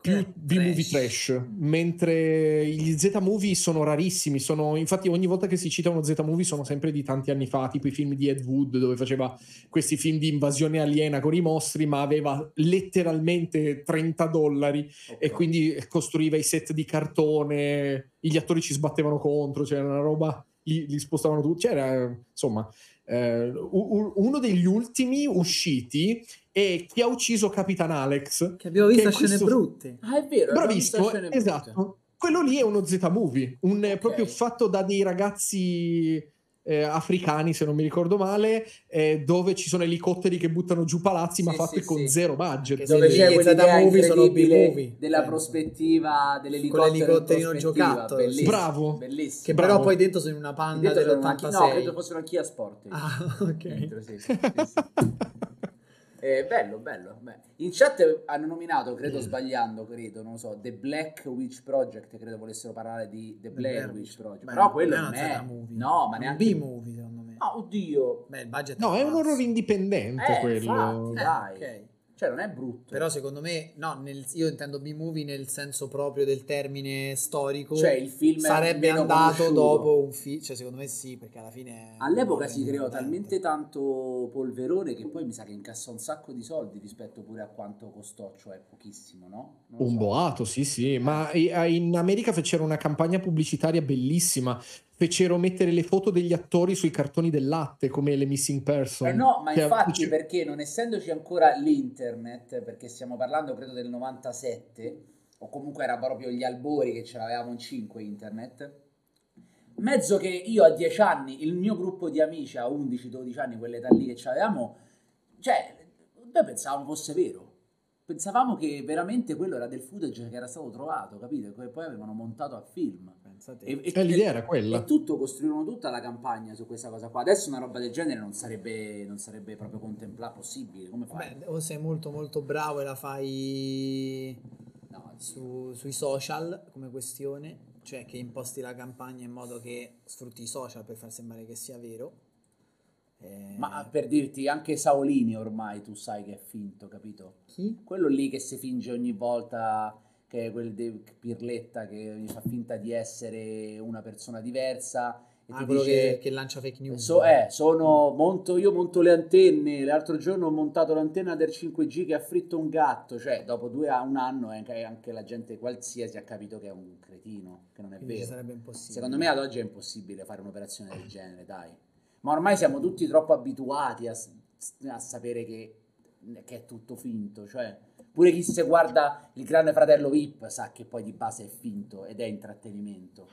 D: più
B: Eh,
C: Quello è
D: B-movie
C: trash.
D: trash.
B: Mm,
D: mentre gli Z-movie sono rarissimi, sono, infatti ogni volta che si cita uno Z-movie sono sempre di tanti anni fa, tipo i film di Ed Wood dove faceva questi film di invasione aliena con i mostri, ma aveva letteralmente 30 dollari
B: Ok.
D: e quindi costruiva i set di cioè cartone, gli attori ci sbattevano contro, c'era una roba, li, li spostavano tutti, c'era cioè insomma eh, u- u- uno degli ultimi usciti è chi ha ucciso Capitan Alex.
C: Che abbiamo visto
D: Che
C: scene
D: questo-
C: brutte.
B: Ah, è vero. abbiamo visto
D: Bravissimo,
B: scene brutte.
D: esatto. Quello lì è uno Z-movie, un, eh, proprio fatto da dei ragazzi eh, africani, se non mi ricordo male, eh, dove ci sono elicotteri che buttano giù palazzi, ma
B: Sì,
D: fatti
B: sì,
D: con
B: sì.
D: zero budget.
C: Che
B: Dove
C: Sì,
B: c'è
C: i
B: quell'idea
C: Z-movie sono
B: incredibile
C: B-movie.
B: della
D: ecco.
C: Eh.
B: prospettiva dell'elicottero. in
C: l'elicotterino
B: prospettiva,
C: giocattolo, sì.
B: bellissimo,
D: Bravo.
B: Bellissimo.
C: Che
D: Bravo.
C: però poi dentro sono in una panda
B: Dietro c'erano una-
C: dell'86.
B: No, credo fossero anche a sport.
C: Ah, ok.
B: Dentro, sì, sì, sì. Eh, bello, bello. Beh, In chat hanno nominato,
C: Mm.
B: credo sbagliando, credo, non lo so, The Black Witch Project, credo volessero parlare di The Black
C: Blair
B: Witch Project.
C: Beh,
B: Però
C: non-
B: quello
C: non
B: non è...
C: movie.
B: No, ma
C: Un
B: neanche...
C: B-movie, secondo me.
B: No, oddio.
C: Beh, il budget
D: No, è un
C: basso.
D: horror indipendente
B: Eh,
D: quello.
B: infatti,
C: Eh,
B: Dai.
C: ok.
B: Cioè, non è brutto.
C: Però secondo me, no, nel- io intendo B-movie nel senso proprio del termine storico.
B: cioè, il film
C: sarebbe
B: meno
C: andato
B: conosciuto.
C: dopo Eh, un film. Cioè, secondo me sì, perché alla fine.
B: All'epoca si creò
C: creò
B: talmente tanto polverone che poi mi sa che incassò un sacco di soldi rispetto pure a quanto costò, cioè pochissimo, no? Non lo
D: Un
B: so.
D: boato, sì, sì, ma i- a- in America fecero una campagna pubblicitaria bellissima. Fecero mettere le foto degli attori sui cartoni del latte come le Missing Person.
B: Eh no, ma
D: Esatto. Che-
B: infatti
D: cioè,
B: perché non essendoci ancora l'internet, perché stiamo parlando credo del 97, o comunque era proprio gli albori che ce l'avevamo in 5 internet, mezzo che io a 10 anni, il mio gruppo di amici a 11-12 anni, quell'età lì che ce l'avevamo, cioè, noi pensavamo fosse vero. Pensavamo che veramente quello era del footage che era stato trovato, capito? Che poi avevano montato a film. E, e-
D: eh, l'idea era
B: e
D: quella.
B: tutto costruirono tutta la campagna su questa cosa qua. Adesso una roba del genere non sarebbe, non sarebbe proprio contemplata possibile. Come fai?
C: Beh, o sei molto molto bravo e la fai
B: No, su-
C: su- sui social come questione, cioè che imposti la campagna in modo che sfrutti i social per far sembrare che sia vero. Eh,
B: Ma per dirti, anche Saolini ormai tu sai che è finto, capito?
C: chi?
B: Quello lì che si finge ogni volta, che è quel de- Pirletta che fa finta di essere una persona diversa e
C: Ah,
B: ti
C: quello
B: dice...
C: che, che lancia fake news.
B: So, eh, sono, monto, io monto le antenne. L'altro giorno ho montato l'antenna del 5G che ha fritto un gatto. Cioè, dopo due a un anno eh, anche, anche la gente qualsiasi ha capito che è un cretino, che non è
C: Quindi ci
B: vero.
C: sarebbe impossibile.
B: Secondo me ad oggi è impossibile fare un'operazione del genere, dai. Ma ormai siamo tutti troppo abituati a, s- a sapere che, che è tutto finto. Cioè, pure chi se guarda il grande fratello VIP sa che poi di base è finto ed è intrattenimento.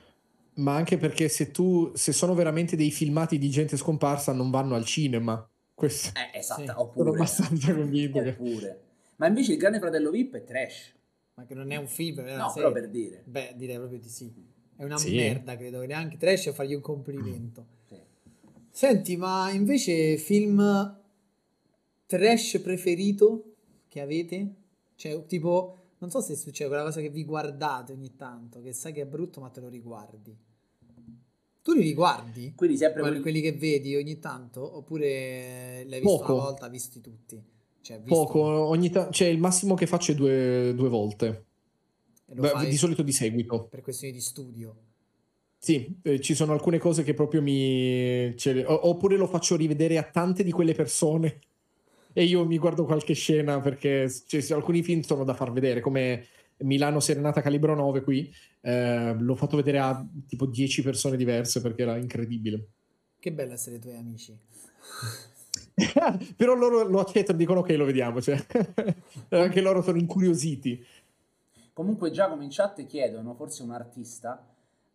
D: Ma anche perché se tu, se sono veramente dei filmati di gente scomparsa, non vanno al cinema. Questo
B: Eh, esatto,
C: Sì,
B: oppure...
D: sono abbastanza convinto che.
B: Oppure. Ma invece il grande fratello VIP è trash.
C: Ma che non è un film, è una
B: No,
C: serie.
B: però per dire.
C: Bbeh, direi proprio di sì. È una
D: Sì.
C: merda, credo. che Neanche trash a fargli un complimento.
B: Sì.
C: Senti, ma invece film trash preferito che avete? Cioè, tipo, non so se succede quella cosa che vi guardate ogni tanto, che sai che è brutto ma te lo riguardi. Tu li riguardi?
B: Quindi sempre
C: Quelli,
B: quelli...
C: quelli che vedi ogni tanto? Oppure l'hai visto
D: Poco.
C: una volta, visti tutti? Cioè, visto-
D: Poco, ogni ta- cioè il massimo che faccio è due, due volte,
C: e lo
D: Beh,
C: fai
D: di solito di seguito.
C: per questioni di studio.
D: Sì, eh, ci sono alcune cose che proprio mi... cioè, o- oppure lo faccio rivedere a tante di quelle persone e io mi guardo qualche scena perché cioè, se- alcuni film sono da far vedere, come Milano Serenata Calibro 9 qui, eh, l'ho fatto vedere a tipo 10 persone diverse perché era incredibile.
C: Che bello essere i tuoi amici.
D: Però loro lo accettano, dicono ok, lo vediamo, cioè, anche loro sono incuriositi.
B: Comunque Giacomo in chat chiedono, forse un artista,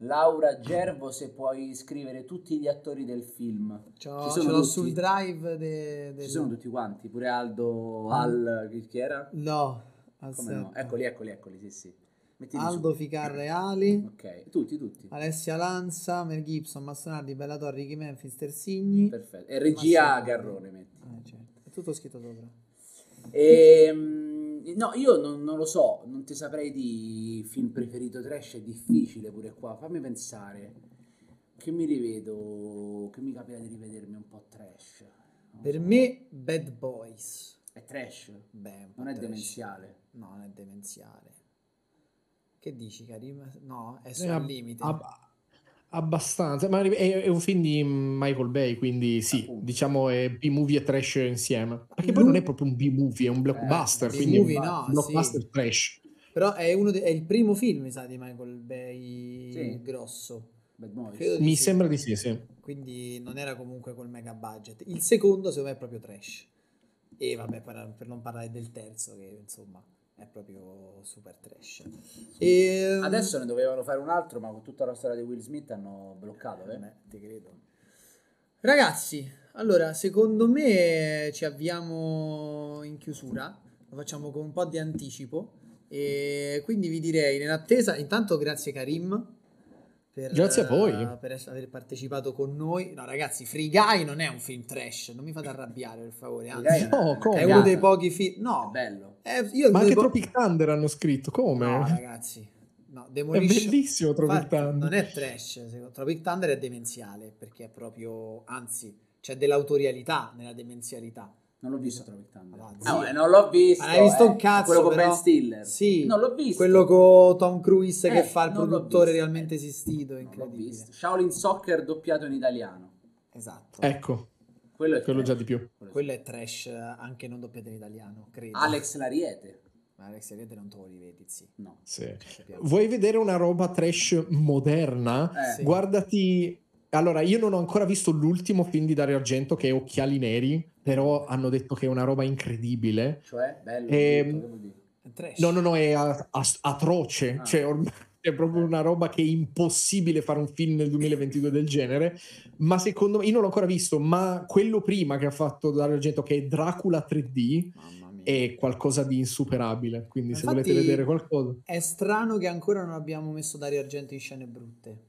B: Laura Gervo se puoi scrivere tutti gli attori del film.
C: C'ho,
B: Ci sono
C: ce l'ho
B: tutti.
C: sul drive de- del...
B: Ci sono tutti quanti, pure Aldo, Al, chi- chi era?
C: No,
B: Come no? Ecco,
C: aspetta.
B: Eccoli, eccoli, eccoli, sì sì. Mettili
C: Aldo
B: su.
C: Ficarreali,
B: Ok, tutti, tutti.
C: Alessia Lanza, Mel Gibson, Massonardi, Bellatorri, Ricky Memphis, Terzigni.
B: Perfetto. E regia
C: Massimo.
B: Garrone metti.
C: Ah, certo. È tutto scritto sopra.
B: Ehm, no, io non, non lo so, non ti saprei di film preferito trash, è difficile pure qua, fammi pensare. Che mi rivedo, che mi capita di rivedermi un po' trash. Non
C: Per
B: so.
C: me Bad Boys.
B: È trash,
C: Beh, un po'
B: non è
C: trash.
B: demenziale.
C: No, non è demenziale. Che dici, Karim? No, è
D: Eh,
C: sul limite.
D: ab- abbastanza, ma è, è un film di Michael Bay, quindi sì,
B: Appunto.
D: diciamo è B-movie e trash insieme. Perché poi
C: Lui-
D: non è proprio un B-movie, è un blockbuster,
B: Eh,
D: quindi è un
B: B-movie
C: Mm-hmm. no, sì.
D: blockbuster trash.
C: Però è, uno de- è il primo film, mi sa, di Michael Bay
B: Sì.
C: grosso.
B: Bad Boys.
C: Credo di
D: Mi
C: sì.
D: sembra di sì, sì.
C: Quindi non era comunque col mega budget. Il secondo, secondo me, è proprio trash. E vabbè, per, per non parlare del terzo, che insomma è proprio super trash. Ehm, E,
B: Adesso ne dovevano fare un altro, ma con tutta la storia di Will Smith hanno bloccato. eh.
C: Vabbè, ti credo. Ragazzi, allora, secondo me ci avviamo in chiusura, lo facciamo con un po' di anticipo e quindi vi direi, in attesa, intanto grazie Karim per,
D: Grazie a voi.
C: eh, per essere- aver partecipato con noi. No ragazzi, Free Guy non è un film trash, non mi fate arrabbiare per favore, anzi,
B: Direi
D: No,
B: una- una
D: come?
C: è
B: cagata.
C: uno dei pochi film... No,
B: Bello.
C: eh, io
D: Ma anche
C: due po-
D: Tropic Thunder hanno scritto, come?
C: No ragazzi, no,
D: è
C: Demolition...
D: bellissimo Tropic
C: Infatti,
D: Thunder.
C: non è trash, secondo- Tropic Thunder è demenziale perché è proprio, anzi, c'è dell'autorialità nella demenzialità.
B: Non l'ho visto Tropic Thunder.
C: Ah,
B: Ah,
C: zio.
B: eh, non l'ho visto.
C: Ma l'hai visto
B: eh.
C: un cazzo,
B: Quello con
C: però.
B: Ben Stiller.
C: Sì,
B: Non l'ho visto.
C: quello con Tom Cruise che
B: Eh,
C: fa il
B: non l'ho
C: produttore
B: visto.
C: realmente esistito,
B: Non l'ho visto.
C: incredibile.
B: Shaolin Soccer doppiato in italiano.
C: Esatto.
D: Ecco,
B: Quello, è
D: quello
B: trash.
D: già di più.
B: Quello è-
C: Quello è trash eh, anche non doppiato in italiano, credo.
B: Alex Lariete.
C: Ma Alex Ariete non te lo rivedi, sì.
B: No.
D: Sì.
C: Sappiamo.
D: Vuoi vedere una roba trash moderna?
B: Eh,
C: Sì.
D: Guardati. Allora, io non ho ancora visto l'ultimo film di Dario Argento che è Occhiali Neri, però hanno detto che è una roba incredibile.
B: Cioè, bello.
D: Ehm,
B: brutto, che vuol dire?
C: È trash.
D: No, no, no, è a- a- atroce.
B: Ah.
D: Cioè, ormai è proprio una roba che è impossibile fare un film nel 2022 del genere. Ma secondo me, io non l'ho ancora visto, ma quello prima che ha fatto Dario Argento, che è Dracula 3D,
C: Mamma mia.
D: è qualcosa di insuperabile. Quindi, se
C: Infatti-
D: volete vedere qualcosa.
C: È strano che ancora non abbiamo messo Dario Argento in scene brutte.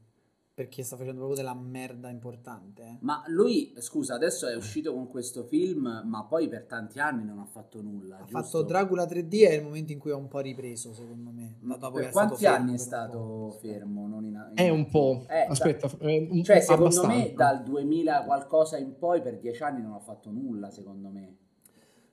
C: Perché sta facendo proprio della merda importante. eh.
B: Ma lui, scusa, adesso è uscito con questo film, ma poi per tanti anni non ha fatto nulla.
C: Ha
B: giusto?
C: fatto Dracula 3D è il momento in cui ha un po' ripreso, secondo me.
B: Ma
C: dopo
B: per
C: che
B: quanti
C: stato
B: anni è
C: fermo per un
B: stato
C: po'.
B: fermo? Non in-
D: È un po'.
B: Eh,
D: Aspetta, è un-
B: Cioè, secondo me
D: abbastanza.
B: dal 2000 qualcosa in poi per dieci anni non ho fatto nulla, secondo me.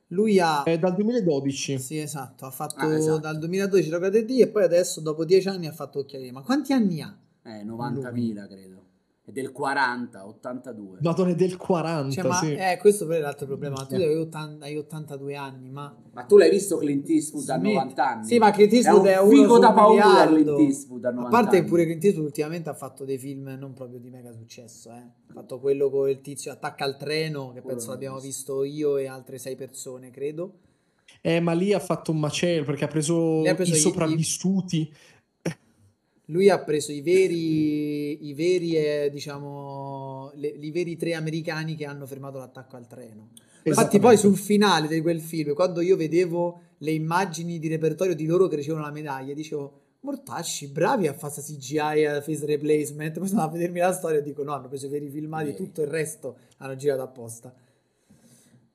C: Lui ha
D: È dal 2012.
C: Sì, esatto, ha fatto
B: Ah, esatto.
C: dal 2012 Dracula 3D e poi adesso dopo 10 anni ha fatto Occhiali. Ma quanti anni ha?
B: Eh, 90.000 credo. È del 40, 82.
D: Madonna, è del 40.
C: Cioè, ma
D: sì.
C: eh, questo poi è l'altro problema. Tu
D: Eh.
C: hai, ottan- hai 82 anni, ma
B: Ma tu l'hai visto Clint Eastwood a
C: Smith.
B: 90 anni?
C: Sì, ma Clint Eastwood
B: è,
C: è
B: un
C: uno
B: figo
C: su
B: da
C: un
B: paura
C: miliardo.
B: Clint Eastwood a
C: a
B: 90
C: parte
B: anni.
C: pure Clint Eastwood ultimamente ha fatto dei film non proprio di mega successo, eh. Ha fatto quello con il tizio Attacca al treno, che
B: Quello
C: penso
B: l'ho
C: l'abbiamo
B: visto.
C: visto io e altre 6 persone, credo.
D: Eh, ma lì ha fatto un macello perché ha preso,
C: Lei ha preso
D: i
C: gli-
D: sopravvissuti.
C: Lui ha preso i veri, i veri, eh, diciamo, le- i veri tre americani che hanno fermato l'attacco al treno. Infatti,
D: Esattamente.
C: poi sul finale di quel film, quando io vedevo le immagini di repertorio di loro che ricevevano la medaglia, dicevo: Mortacci, bravi a fare sta CGI e a face replacement. Poi sono a vedermi la storia e dico: No, hanno preso i veri filmati e
B: Veri.
C: tutto il resto hanno girato apposta.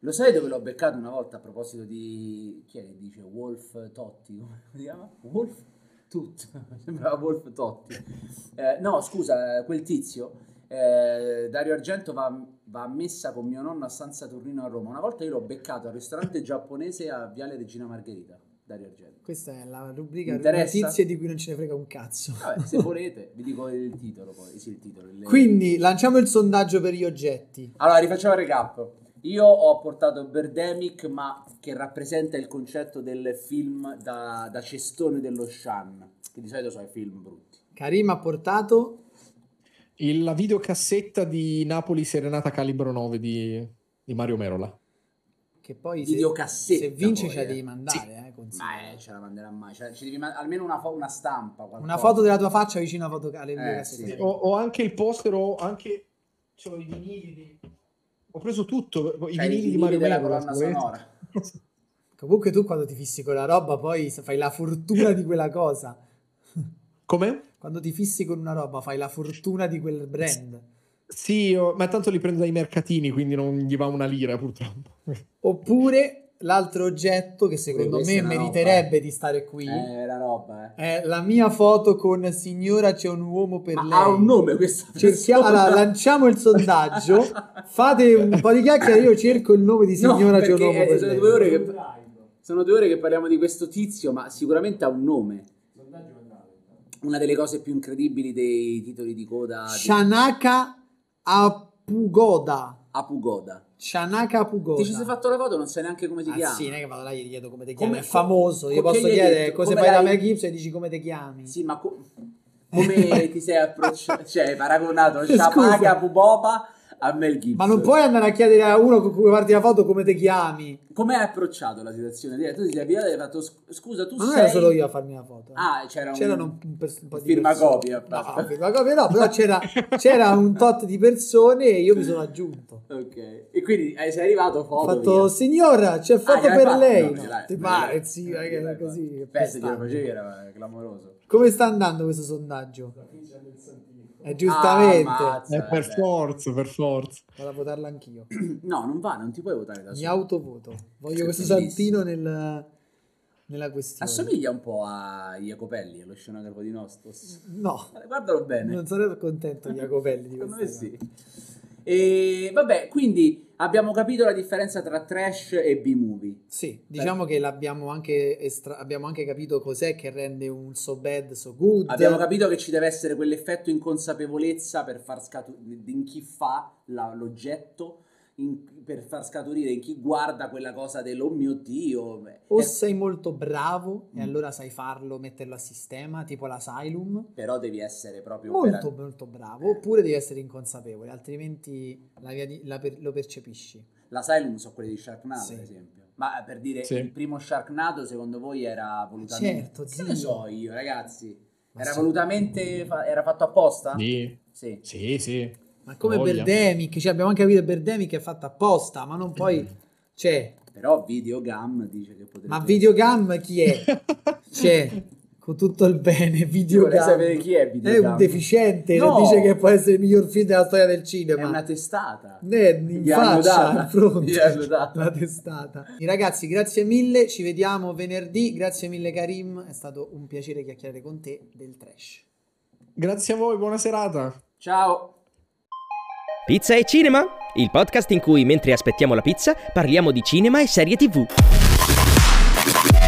B: Lo sai dove l'ho beccato una volta a proposito di... Chi è che dice Wolf Totti? Come si chiama? Wolf Tut. Sembrava Wolf Totti. Eh, no, scusa, quel tizio. eh, Dario Argento va, va a messa con mio nonno a San Saturnino a Roma. Una volta io l'ho beccato al ristorante giapponese a Viale Regina Margherita. Dario Argento.
C: Questa è la rubrica
B: Interessa? Ah,
C: notizie di cui non ce ne frega un cazzo.
B: Vabbè, se volete, vi dico il titolo poi. Sì, il titolo. il-
C: Quindi lanciamo il sondaggio per gli oggetti.
B: Allora, rifacciamo il recap. Io ho portato Birdemic, ma che rappresenta il concetto del film da, da cestone dello Shan, che di solito sono i film brutti.
C: Karim ha portato
D: Il- la videocassetta di Napoli Serenata Calibro 9 di, di Mario Merola.
C: Che poi se,
B: Videocassetta,
C: se vince
B: poi,
C: ce la
B: eh.
C: devi mandare, eh, considera.
B: Ma eh, ce la manderà mai. Cioè, ci devi man- almeno una, fo- una stampa. qualcosa.
C: Una foto della tua faccia vicino a foto alle videocassette.
B: Eh, sì.
D: Ho, ho anche il poster, ho anche c'ho i vinili di... Ho preso tutto, i
B: Cioè, i
D: vinili di
B: vinili
D: Mario
B: della
D: Merola.
B: colonna
D: se volete.
B: sonora.
C: Comunque tu quando ti fissi con la roba poi se fai la fortuna di quella cosa.
D: Com'è?
C: Quando ti fissi con una roba fai la fortuna di quel brand.
D: Sì, io- ma tanto li prendo dai mercatini, quindi non gli va una lira purtroppo.
C: Oppure l'altro oggetto che secondo
B: Questa
C: me
B: è una roba,
C: meriterebbe
B: eh.
C: di stare qui
B: Eh, la roba, eh.
C: è la mia foto con signora c'è un uomo per
B: Ma
C: lei.
B: ha un nome questa
C: Cerchiamo,
B: persona?
C: allora, lanciamo il sondaggio. Fate un po' di chiacchiere, io cerco il nome di
B: No,
C: signora c'è un
B: perché,
C: uomo
B: eh,
C: per
B: sono
C: lei.
B: due ore che-
E: Drive.
B: Sono due ore che parliamo di questo tizio, ma sicuramente ha un nome.
E: Sondaggio mandato. intanto.
B: Una delle cose più incredibili dei titoli di coda di
C: Shanaka Apugoda.
B: Apugoda.
C: Shanaka Apugoda.
B: Ti ci sei fatto la foto, non sai neanche come si
C: Ah,
B: chiama.
C: sì, non è che vado là e gli chiedo come ti
B: Come-
C: chiami. È famoso. Io
B: co- che
C: posso
B: gli hai
C: chiedere
B: detto?
C: cosa
B: Come
C: fai da
B: l'hai-
C: Mel Gibson e dici come ti chiami.
B: Sì, ma co- Come ti sei approcciato? Cioè, hai paragonato
C: Scusa.
B: Sciapaga Buboba a Mel Gibson.
C: Ma non puoi andare a chiedere a uno con cui farti la foto come ti chiami.
B: Come hai approcciato la situazione? Dire, Tu ti sei avviato e hai fatto "Sc- scusa, tu
C: Ma non
B: sei...
C: era solo io a farmi la foto.
B: Ah, c'era un...
C: C'erano un, un pers- un po' di
B: firmacopia,
C: persone.
B: basta.
C: No, firmacopia no, però c'era, c'era un tot di persone e io mi sono aggiunto.
B: Ok. E quindi eh, sei arrivato
C: Ho
B: foto,
C: fatto,
B: via. Ah,
C: signora, c'è foto
B: gliel'hai
C: per
B: fatto?
C: lei.
B: No,
C: No,
B: gliel'hai-
C: ti
B: gliel'hai-
C: pare, sì,
B: gliel'hai
C: raga,
B: fatto.
C: così. che
B: Beh, se glielo
C: pestante.
B: facevi era clamoroso.
C: Come sta andando questo sondaggio?
E: La figlia del Santino.
C: Eh, giustamente,
B: Ah, ammazza,
D: Eh, per
B: vabbè.
D: forza, per forza.
C: vado a votarla anch'io.
B: No, non va, non ti puoi votare da
C: Mi
B: solo.
C: autovoto. Voglio questo
B: Ah, Bellissimo.
C: santino nel- nella questione.
B: Assomiglia un po' a Jacopelli, allo scenografo di Nostos.
C: No,
B: Guardalo bene.
C: non sarei contento Jacopelli di
B: Secondo
C: questa
B: me
C: cosa.
B: sì. E vabbè, quindi abbiamo capito la differenza tra trash e B-movie.
C: Sì, diciamo che l'abbiamo anche estra- abbiamo anche capito cos'è che rende un so bad so good.
B: Abbiamo capito che ci deve essere quell'effetto inconsapevolezza per far scaturire in chi fa la- l'oggetto, in- per far scaturire in chi guarda quella cosa del oh mio dio.
C: o
B: Eh,
C: sei molto bravo
B: Mm.
C: e allora sai farlo, metterlo a sistema, tipo l'asylum.
B: Però devi essere proprio
C: Molto
B: vera-
C: molto bravo, oppure devi essere inconsapevole, altrimenti la via di- la per- lo percepisci.
B: L'asylum sono quelli di Sharknado,
C: Sì.
B: ad esempio. Ma eh, per dire,
D: Sì.
B: il primo Sharknado secondo voi era volutamente...
C: Certo,
B: Che ne
C: zio.
B: so io, ragazzi?
C: Ma
B: era
C: sì.
B: volutamente... fa- era fatto apposta?
D: Sì,
B: Sì.
D: sì, sì.
C: Ma come
D: Voglia.
C: Berdemic, cioè abbiamo anche capito che Berdemic è fatta apposta, ma non poi
B: Mm.
C: cioè,
B: Però Videogam dice che potrebbe...
C: ma Videogam chi è? Cioè, con tutto il bene,
B: Io vorrei
C: Videogam.
B: sapere chi è
C: È
B: Videogam.
C: un deficiente
B: No!
C: che dice che può essere il miglior film della storia del
B: È
C: cinema.
B: una testata.
C: Eh, in
B: Gli hanno
C: faccia,
B: data.
C: in fronte,
B: Gli hanno data.
C: la testata. I Ragazzi, grazie mille, ci vediamo venerdì. Grazie mille Karim, è stato un piacere chiacchierare con te del trash.
D: Grazie a voi, buona serata.
B: Ciao.
A: Pizza e Cinema, il podcast in cui mentre aspettiamo la pizza parliamo di cinema e serie tv.